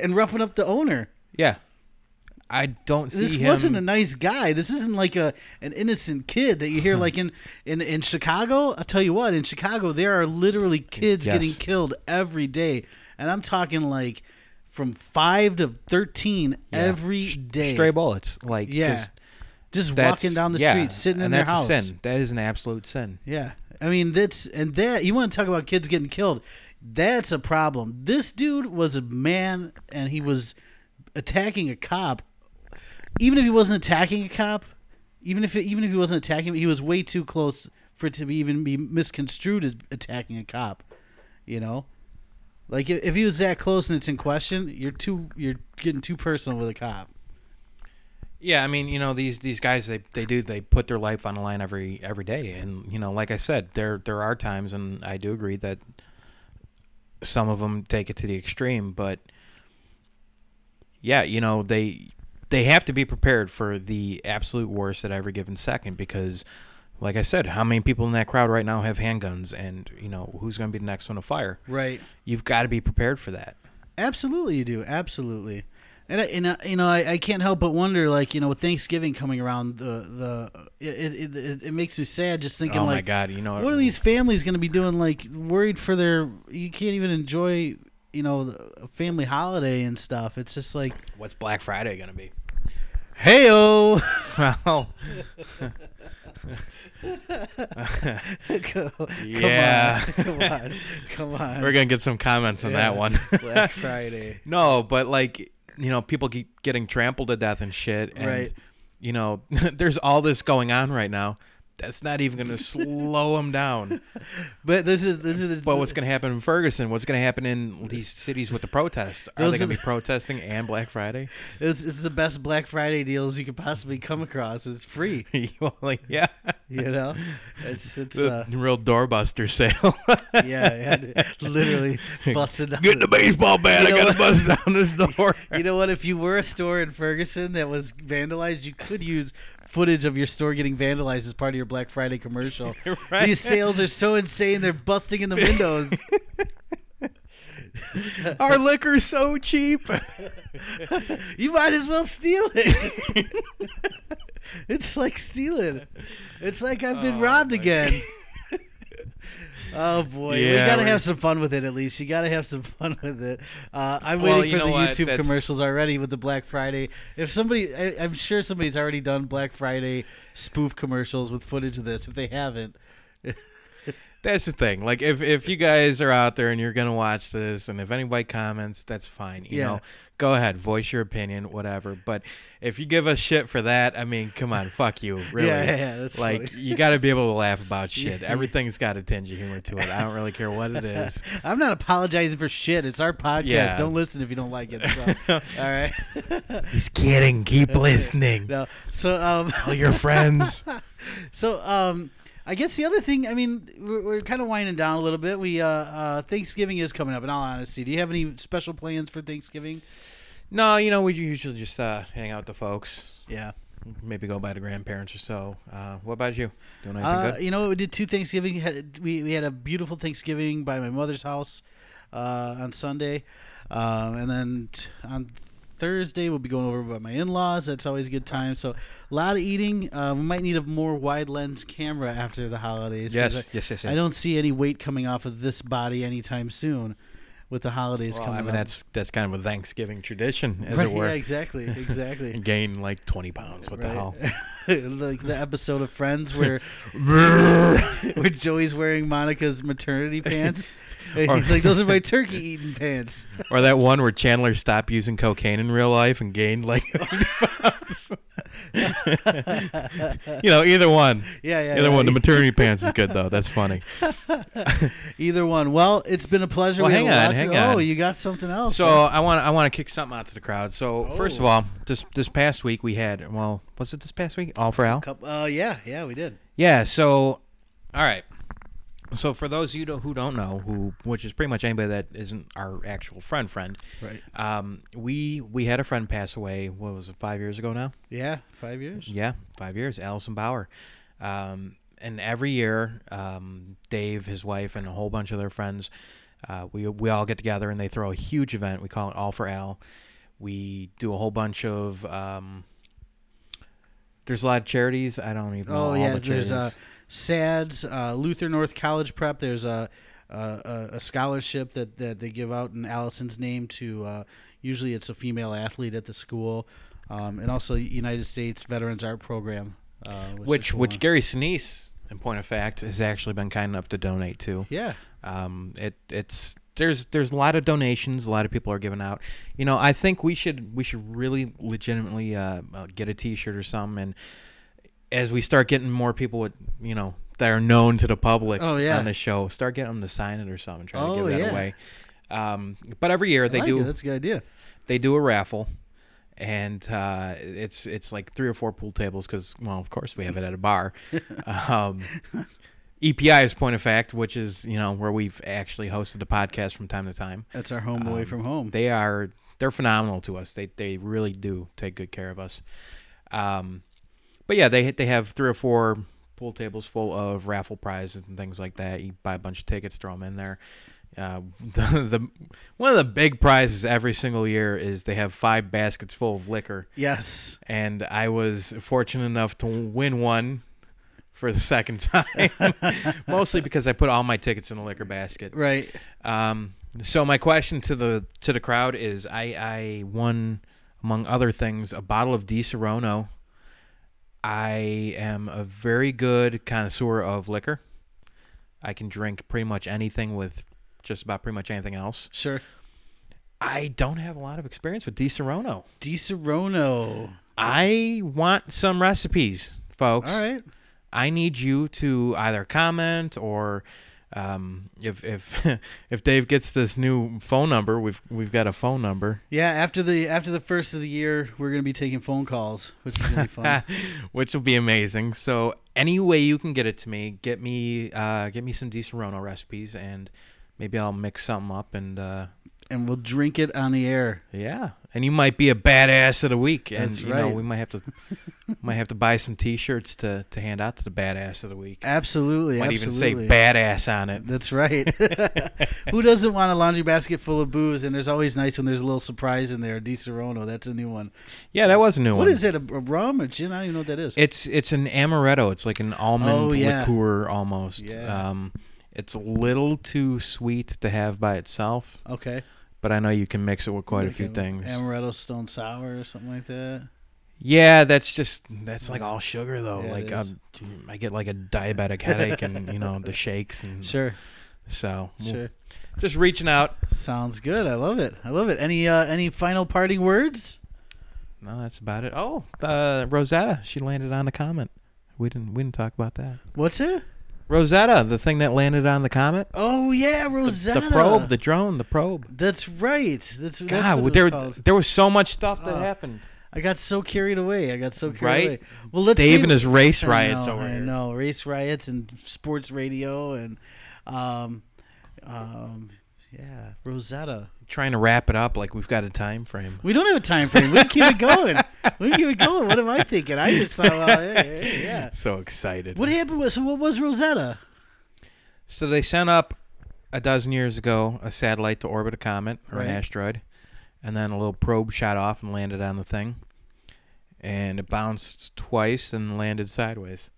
Speaker 1: and roughing up the owner.
Speaker 2: yeah. I don't see
Speaker 1: This
Speaker 2: him.
Speaker 1: wasn't a nice guy. This isn't like a an innocent kid that you hear like in in in Chicago. I'll tell you what, in Chicago there are literally kids
Speaker 2: Yes.
Speaker 1: getting killed every day, and I'm talking like from five to thirteen
Speaker 2: Yeah.
Speaker 1: every
Speaker 2: Sh-
Speaker 1: day.
Speaker 2: Stray bullets, like
Speaker 1: yeah,
Speaker 2: just-
Speaker 1: just,
Speaker 2: that's-
Speaker 1: walking down the
Speaker 2: yeah,
Speaker 1: street, sitting in
Speaker 2: and
Speaker 1: their
Speaker 2: that's
Speaker 1: house.
Speaker 2: A sin. That is an absolute sin.
Speaker 1: Yeah. I mean, that's, and that, you want to talk about kids getting killed. That's a problem. This dude was a man and he was attacking a cop. Even if he wasn't attacking a cop, even if, even if he wasn't attacking, he was way too close for it to be even be misconstrued as attacking a cop, you know? Like if, if he was that close and it's in question, you're too, you're getting too personal with a cop.
Speaker 2: Yeah, I mean, you know, these these guys they, they do they put their life on the line every every day, and you know, like I said, there there are times, and I do agree that some of them take it to the extreme, but yeah, you know, they they have to be prepared for the absolute worst at every given second because. Like I said, how many people in that crowd right now have handguns, and you know who's going to be the next one to fire?
Speaker 1: Right.
Speaker 2: You've got to be prepared for that.
Speaker 1: Absolutely, you do. Absolutely, and I, and I, you know, I, I can't help but wonder, like you know, with Thanksgiving coming around, the the it it, it, it makes me sad just thinking,
Speaker 2: oh
Speaker 1: like,
Speaker 2: my God, you know
Speaker 1: what are these families going to be doing? Like worried for their, you can't even enjoy, you know, the family holiday and stuff. It's just like,
Speaker 2: What's Black Friday going to be?
Speaker 1: heyo,
Speaker 2: Well,
Speaker 1: come,
Speaker 2: Yeah.
Speaker 1: come on, come on,
Speaker 2: we're gonna get some comments on
Speaker 1: Yeah.
Speaker 2: that one.
Speaker 1: Black Friday,
Speaker 2: no, but like you know, people keep getting trampled to death and shit. And,
Speaker 1: Right.
Speaker 2: You know, there's all this going on right now. That's not even gonna slow them down.
Speaker 1: but this is this is the,
Speaker 2: But what's gonna happen in Ferguson? What's gonna happen in these cities with the protests? Are
Speaker 1: Those
Speaker 2: they
Speaker 1: are
Speaker 2: gonna be
Speaker 1: the-
Speaker 2: protesting and Black Friday?
Speaker 1: it's, it's the best Black Friday deals you could possibly come across. It's free.
Speaker 2: Well, like, yeah,
Speaker 1: you know it's it's
Speaker 2: the
Speaker 1: uh,
Speaker 2: real doorbuster sale.
Speaker 1: yeah, yeah literally busted down
Speaker 2: Get the baseball bat.
Speaker 1: You know
Speaker 2: I gotta
Speaker 1: what?
Speaker 2: bust down this door.
Speaker 1: you know what if you were a store in ferguson that was vandalized you could use footage of your store getting vandalized as part of your black friday commercial
Speaker 2: Right.
Speaker 1: these sales are so insane they're busting in the windows
Speaker 2: Our liquor's so cheap.
Speaker 1: you might as well steal it it's like stealing it's like i've been
Speaker 2: Oh,
Speaker 1: robbed
Speaker 2: my
Speaker 1: again Oh boy, we
Speaker 2: Yeah,
Speaker 1: gotta
Speaker 2: we're-
Speaker 1: have some fun with it at least. You gotta have some fun with it. Uh, I'm
Speaker 2: Well,
Speaker 1: waiting
Speaker 2: you
Speaker 1: for the
Speaker 2: know what?
Speaker 1: YouTube
Speaker 2: That's-
Speaker 1: commercials already with the Black Friday. If somebody, I, I'm sure somebody's already done Black Friday spoof commercials with footage of this. If they haven't,
Speaker 2: That's the thing. Like if if you guys are out there and you're gonna watch this, and if anybody comments, that's fine. You
Speaker 1: Yeah.
Speaker 2: know, go ahead, voice your opinion, whatever. But if you give us shit for that, I mean, come on, fuck you, really.
Speaker 1: Yeah, yeah, yeah, that's
Speaker 2: like
Speaker 1: funny.
Speaker 2: you got to be able to laugh about shit. Everything's got a tinge of humor to it. I don't really care what it is.
Speaker 1: I'm not apologizing for shit. It's our podcast.
Speaker 2: Yeah.
Speaker 1: Don't listen if you don't like it. So. All right.
Speaker 2: He's kidding. Keep listening.
Speaker 1: no. So um.
Speaker 2: All your friends.
Speaker 1: So, um, I guess the other thing, I mean, we're, we're kind of winding down a little bit. We uh, uh, Thanksgiving is coming up. In all honesty, do you have any special plans for Thanksgiving?
Speaker 2: No, you know we usually just uh, hang out with the folks.
Speaker 1: Yeah.
Speaker 2: Maybe go by the grandparents or so. Uh, what about you? Doing anything
Speaker 1: Uh,
Speaker 2: good?
Speaker 1: you know, what we did two Thanksgiving. had- We we had a beautiful Thanksgiving by my mother's house uh, on Sunday, um, and then t- on Thursday we'll be going over by my in-laws. That's always a good time. So a lot of eating. Uh, we might need a more wide lens camera after the holidays. 'cause
Speaker 2: Yes,
Speaker 1: I-
Speaker 2: yes, yes, yes.
Speaker 1: I don't see any weight coming off of this body anytime soon, with the holidays
Speaker 2: Well,
Speaker 1: coming.
Speaker 2: I mean,
Speaker 1: up.
Speaker 2: that's that's kind of a Thanksgiving tradition, as
Speaker 1: Right,
Speaker 2: it were.
Speaker 1: Yeah, exactly, exactly.
Speaker 2: And gain like twenty pounds. What the hell?
Speaker 1: Right. like the episode of Friends where where Joey's wearing Monica's maternity pants. And
Speaker 2: Or-
Speaker 1: he's like, those are my turkey eating pants.
Speaker 2: or that one where Chandler stopped using cocaine in real life and gained like, you know, either one.
Speaker 1: Yeah, yeah.
Speaker 2: Either
Speaker 1: yeah.
Speaker 2: one. The maternity pants is good though. That's funny.
Speaker 1: Either one. Well, it's been a pleasure.
Speaker 2: Well,
Speaker 1: We had
Speaker 2: hang on,
Speaker 1: lots
Speaker 2: hang
Speaker 1: of- Oh,
Speaker 2: on.
Speaker 1: you got something else.
Speaker 2: So I want I want to kick something out to the crowd. So first of
Speaker 1: Oh.
Speaker 2: all, this this past week we had well, was it this past week? All for Al.
Speaker 1: Cup- uh, yeah, yeah, we did.
Speaker 2: Yeah. So, all right. So for those of you who don't know, who which is pretty much anybody that isn't our actual friend friend,
Speaker 1: Right.
Speaker 2: Um, we we had a friend pass away. What was it? Five years ago now.
Speaker 1: Yeah, five years.
Speaker 2: Yeah, five years. Allison Bauer. Um, and every year, um, Dave, his wife, and a whole bunch of their friends, uh, we we all get together and they throw a huge event. We call it All for Al. We do a whole bunch of. Um, there's a lot of charities. I don't even know
Speaker 1: Oh
Speaker 2: all
Speaker 1: yeah,
Speaker 2: the charities.
Speaker 1: there's uh, SADS, uh, Luther North College Prep. There's a a, a scholarship that, that they give out in Allison's name to. Uh, usually, it's a female athlete at the school, um, and also United States Veterans Art Program. Uh,
Speaker 2: which
Speaker 1: is the
Speaker 2: which
Speaker 1: one.
Speaker 2: Gary Sinise, in point of fact, has actually been kind enough to donate to.
Speaker 1: yeah,
Speaker 2: Um, it it's there's there's a lot of donations. A lot of people are giving out. You know, I think we should we should really legitimately uh, uh, get a T-shirt or something. And as we start getting more people, with, you know, that are known to the public
Speaker 1: Oh, yeah.
Speaker 2: on the show, start getting them to sign it or something. Try
Speaker 1: Oh,
Speaker 2: to give that
Speaker 1: yeah.
Speaker 2: away. Um, but every year they
Speaker 1: I like
Speaker 2: do
Speaker 1: it. That's a good idea.
Speaker 2: they do a raffle and uh, it's it's like three or four pool tables because well of course we have it at a bar um, epi is point of fact which is you know where we've actually hosted the podcast from time to time
Speaker 1: That's our home away
Speaker 2: Um,
Speaker 1: from home.
Speaker 2: they are they're phenomenal to us they they really do take good care of us um, but yeah they they have three or four pool tables full of raffle prizes and things like that you buy a bunch of tickets throw them in there uh, the, the one of the big prizes every single year is they have five baskets full of liquor,
Speaker 1: yes.
Speaker 2: and I was fortunate enough to win one for the second time, mostly because I put all my tickets in the liquor basket.
Speaker 1: Right.
Speaker 2: Um, so my question to the to the crowd is: I I won among other things a bottle of Di Serono. I am a very good connoisseur of liquor. I can drink pretty much anything with just about pretty much anything else.
Speaker 1: Sure.
Speaker 2: I don't have a lot of experience with Di Serono.
Speaker 1: Di Serono.
Speaker 2: I want some recipes, folks.
Speaker 1: All right.
Speaker 2: I need you to either comment or um, if if if Dave gets this new phone number, we've we've got a phone number,
Speaker 1: Yeah. After the after the first of the year, we're gonna be taking phone calls, which is gonna be fun.
Speaker 2: which will be amazing. So any way you can get it to me, get me uh, get me some Di Serono recipes, and maybe I'll mix something up and. Uh,
Speaker 1: and we'll drink it on the air.
Speaker 2: yeah, and you might be a badass of the week, and
Speaker 1: That's
Speaker 2: you know
Speaker 1: right.
Speaker 2: we might have to might have to buy some T-shirts to to hand out to the badass of the week.
Speaker 1: Absolutely.
Speaker 2: might
Speaker 1: absolutely.
Speaker 2: even say badass on it.
Speaker 1: That's right. Who doesn't want a laundry basket full of booze? And there's always nice when there's a little surprise in there. Di Serono, that's a new one.
Speaker 2: Yeah, that was a new one.
Speaker 1: What is it? A, a rum or gin? I don't even know what that is.
Speaker 2: It's it's an amaretto. It's like an almond
Speaker 1: Oh, yeah.
Speaker 2: liqueur almost.
Speaker 1: Yeah.
Speaker 2: Um, it's a little too sweet to have by itself,
Speaker 1: okay.
Speaker 2: but I know you can mix it with quite a few
Speaker 1: Like
Speaker 2: things.
Speaker 1: Amaretto Stone Sour or something like that.
Speaker 2: Yeah, that's just that's like all sugar though.
Speaker 1: Yeah, it
Speaker 2: like
Speaker 1: is.
Speaker 2: um, dude, I get like a diabetic headache and you know the shakes and
Speaker 1: Sure,
Speaker 2: so we'll-
Speaker 1: sure.
Speaker 2: just reaching out.
Speaker 1: Sounds good. I love it. I love it. Any uh, any final parting words?
Speaker 2: No, that's about it. Oh, uh, Rosetta, she landed on the comet. We didn't we didn't talk about that.
Speaker 1: What's it?
Speaker 2: Rosetta, the thing that landed on the comet,
Speaker 1: Oh yeah,
Speaker 2: The-
Speaker 1: Rosetta.
Speaker 2: the probe, the drone, the probe.
Speaker 1: That's right. That's God. That's
Speaker 2: God,
Speaker 1: what it
Speaker 2: there
Speaker 1: was called.
Speaker 2: there was so much stuff that
Speaker 1: Oh.
Speaker 2: happened.
Speaker 1: I got so carried away. I got so carried
Speaker 2: Right?
Speaker 1: away. Well, let's
Speaker 2: Dave
Speaker 1: see-
Speaker 2: and his race
Speaker 1: I
Speaker 2: riots
Speaker 1: know,
Speaker 2: over
Speaker 1: I
Speaker 2: here.
Speaker 1: know race riots and sports radio and, um, um, yeah, Rosetta.
Speaker 2: Trying to wrap it up like we've got a time frame.
Speaker 1: We don't have a time frame. We can keep it going. We can keep it going. What am I thinking? I just thought, well, hey, hey, yeah.
Speaker 2: So excited.
Speaker 1: What happened? Was, so what was Rosetta?
Speaker 2: So they sent up a dozen years ago a satellite to orbit a comet or an
Speaker 1: Right.
Speaker 2: asteroid, and then a little probe shot off and landed on the thing, and it bounced twice and landed sideways.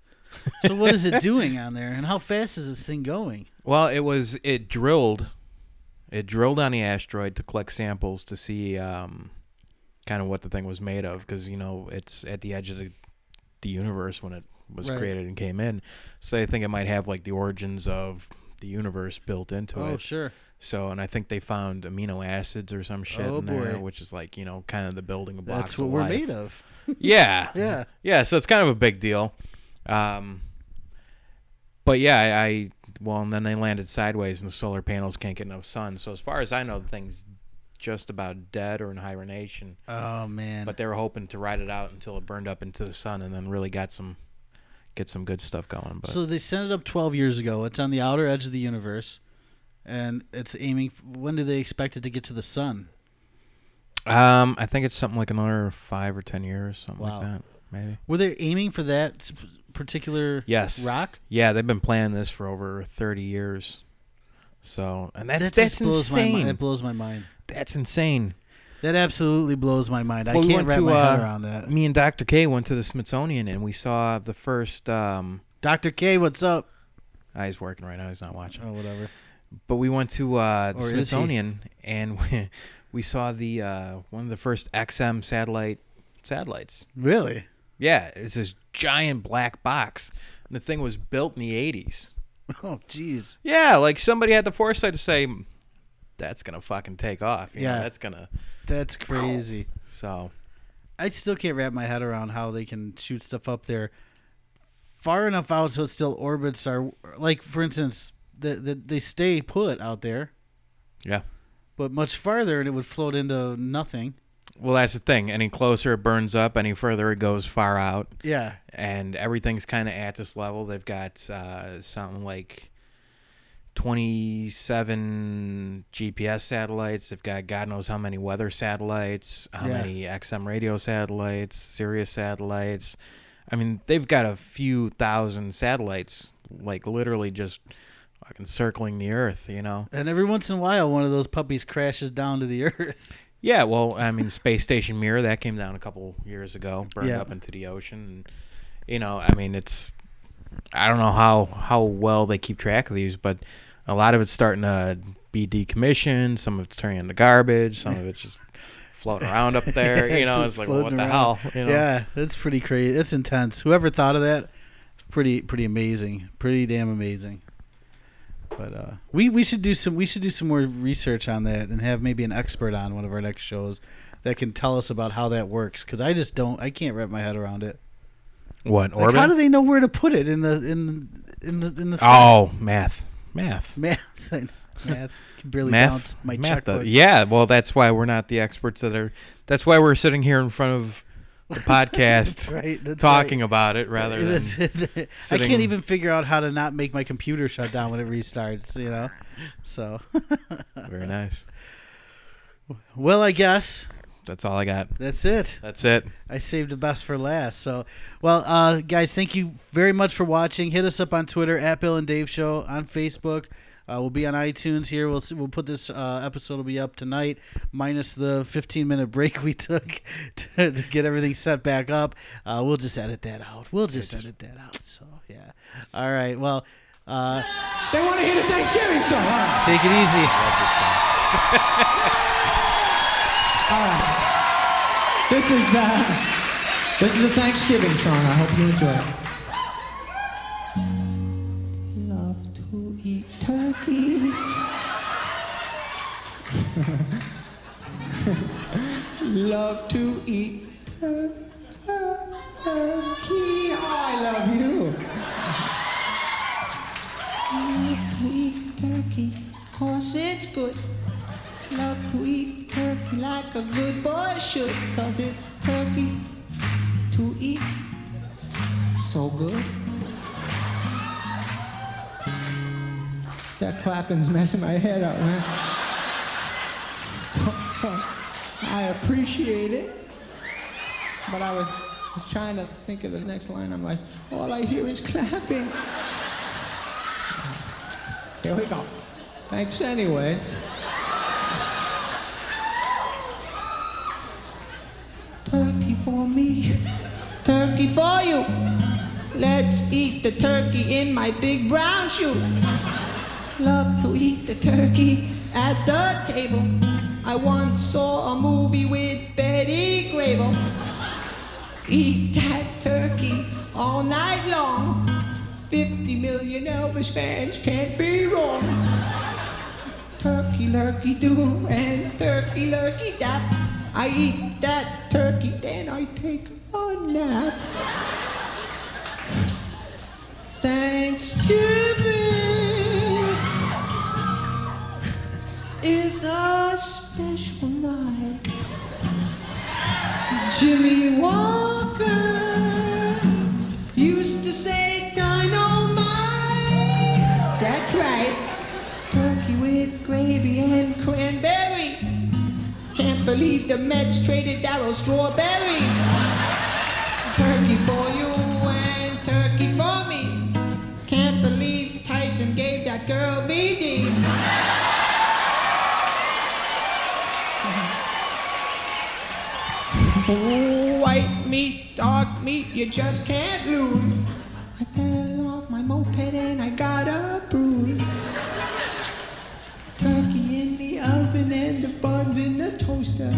Speaker 1: So what is it doing on there? And how fast is this thing going?
Speaker 2: Well, it was it drilled, it drilled on the asteroid to collect samples to see um, kind of what the thing was made of because you know it's at the edge of the, the universe when it was
Speaker 1: Right.
Speaker 2: created and came in, so they think it might have like the origins of the universe built into it.
Speaker 1: Oh, sure.
Speaker 2: So, and I think they found amino acids or some shit
Speaker 1: Oh,
Speaker 2: in there,
Speaker 1: boy.
Speaker 2: which is like you know kind of the building blocks.
Speaker 1: That's what we're made of.
Speaker 2: Yeah,
Speaker 1: Yeah.
Speaker 2: yeah. So it's kind of a big deal. Um, but yeah, I, I well, and then they landed sideways, and the solar panels can't get enough sun. So as far as I know, the thing's just about dead or in hibernation.
Speaker 1: Oh man.
Speaker 2: But they were hoping to ride it out until it burned up into the sun, and then really got some get some good stuff going. But
Speaker 1: So they sent it up 12 years ago. It's on the outer edge of the universe, and it's aiming. f- When do they expect it to get to the sun?
Speaker 2: um, I think it's something like another five or ten years, something
Speaker 1: Wow.
Speaker 2: like that, maybe.
Speaker 1: Were they aiming for that s- particular
Speaker 2: Yes.
Speaker 1: rock?
Speaker 2: Yeah, they've been planning this for over 30 years. So, and that's
Speaker 1: That
Speaker 2: that's
Speaker 1: just blows my
Speaker 2: insane.
Speaker 1: mind. That blows my mind.
Speaker 2: that's insane.
Speaker 1: That absolutely blows my mind.
Speaker 2: Well,
Speaker 1: I
Speaker 2: we
Speaker 1: can't
Speaker 2: went
Speaker 1: wrap
Speaker 2: to,
Speaker 1: my head
Speaker 2: uh,
Speaker 1: around that.
Speaker 2: Me and Dr. K went to the Smithsonian and we saw the first um
Speaker 1: Doctor K, what's up?
Speaker 2: ah, he's working right now, he's not watching.
Speaker 1: Oh, whatever.
Speaker 2: But we went to uh the
Speaker 1: Or is he?
Speaker 2: Smithsonian and we, we saw the uh one of the first XM satellite satellites.
Speaker 1: Really?
Speaker 2: Yeah, it's this giant black box. And the thing was built in the 80s.
Speaker 1: Oh, jeez.
Speaker 2: Yeah, like somebody had the foresight to say, "Hmm, "That's gonna fucking take off." yeah,
Speaker 1: Yeah.
Speaker 2: that's gonna.
Speaker 1: That's crazy.
Speaker 2: So
Speaker 1: I still can't wrap my head around how they can shoot stuff up there far enough out so it still orbits are like for instance the, the, they stay put out there
Speaker 2: yeah.
Speaker 1: but much farther and it would float into nothing
Speaker 2: Well, that's the thing. Any closer it burns up. Any further it goes far out,
Speaker 1: yeah
Speaker 2: and everything's kind of at this level. They've got uh, something like twenty-seven GPS satellites. They've got God knows how many weather satellites, how
Speaker 1: Yeah.
Speaker 2: many XM radio satellites, Sirius satellites. I mean, they've got a few thousand satellites, like literally just fucking circling the Earth. You know.
Speaker 1: and every once in a while one of those puppies crashes down to the earth
Speaker 2: Yeah, well, I mean, Space Station Mirror that came down a couple years ago, burned
Speaker 1: Yeah.
Speaker 2: up into the ocean. And, you know, I mean, it's I don't know how how well they keep track of these, but a lot of it's starting to be decommissioned. Some of it's turning into garbage. Some of it's just floating around up there.
Speaker 1: Yeah,
Speaker 2: you
Speaker 1: it's
Speaker 2: know,
Speaker 1: just
Speaker 2: it's like well, what
Speaker 1: floating
Speaker 2: the
Speaker 1: around.
Speaker 2: hell? You know?
Speaker 1: yeah that's pretty crazy that's intense whoever thought of that it's pretty pretty amazing pretty damn amazing but uh we we should do some we should do some more research on that and have maybe an expert on one of our next shows that can tell us about how that works because i just don't i can't wrap my head around it
Speaker 2: What
Speaker 1: Like,
Speaker 2: orbit?
Speaker 1: how do they know where to put it in the in in the in the sky?
Speaker 2: oh, math, math,
Speaker 1: math I know. math can barely bounce
Speaker 2: math,
Speaker 1: my
Speaker 2: math.
Speaker 1: checkbook
Speaker 2: though. yeah, well, that's why we're not the experts that are. That's why we're sitting here in front of the podcast.
Speaker 1: That's right that's right.
Speaker 2: talking about it rather than
Speaker 1: That's- I
Speaker 2: sitting-
Speaker 1: can't even figure out how to not make my computer shut down when it restarts, you know. So,
Speaker 2: very nice.
Speaker 1: well, I guess
Speaker 2: That's all I got.
Speaker 1: that's it.
Speaker 2: That's it.
Speaker 1: I saved the best for last. So, well, uh, guys, thank you very much for watching. Hit us up on Twitter at Bill and Dave Show on Facebook. Uh, we'll be on iTunes here. We'll see, we'll put this uh, episode will be up tonight, minus the 15 minute break we took to, to get everything set back up. Uh, we'll just edit that out. We'll just edit that out. So yeah. All right. Well, uh,
Speaker 4: They want to hear the Thanksgiving song. All right.
Speaker 1: take it easy.
Speaker 4: This is uh, This is a Thanksgiving song. I hope you enjoy it. Love to eat turkey. love to eat tur- turkey. I love you. Love to eat turkey, cause it's good. Love to eat turkey like a good boy should, cause it's turkey to eat. So good. That clapping's messing my head up, man. I appreciate it. But I was, was trying to think of the next line. I'm like, all I hear is clapping. Here we go. Thanks, anyways. Turkey for me, turkey for you. Let's eat the turkey in my big brown shoe. Love to eat the turkey at the table. I once saw a movie with Betty Grable. Eat that turkey all night long. 50 million Elvis fans can't be wrong. Turkey lurkey do and turkey lurkey dap. I eat that turkey, then I take a nap. Thanksgiving is a special night. Jimmy Walker used to say dynamite. That's right. Turkey with gravy and cranberry. Can't believe the Mets traded Darryl Strawberry. Turkey for you and turkey for me. Can't believe Tyson gave that girl BD. Ooh, white meat, dark meat, you just can't lose. I fell off my moped and I got a bruise. Turkey in the oven and the buns in the toaster.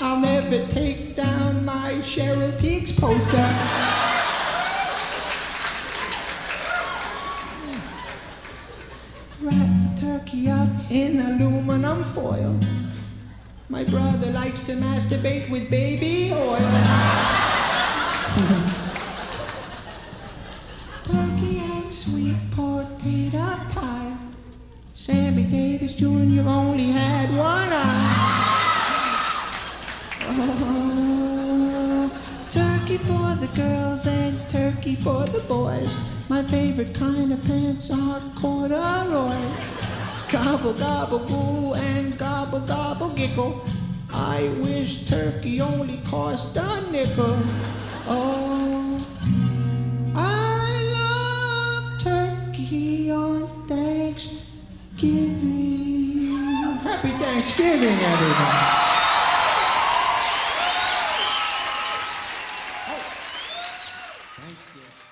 Speaker 4: I'll never take down my Cheryl Teague's poster. Wrap the turkey up in aluminum foil. My brother likes to masturbate with baby oil. Turkey and sweet potato pie. Sammy Davis Jr. only had one eye. Oh, turkey for the girls and turkey for the boys. My favorite kind of pants are corduroys. Gobble, gobble, goo, and gobble, gobble, giggle. I wish turkey only cost a nickel. Oh, I love turkey on Thanksgiving. Happy Thanksgiving, everyone. Thank you.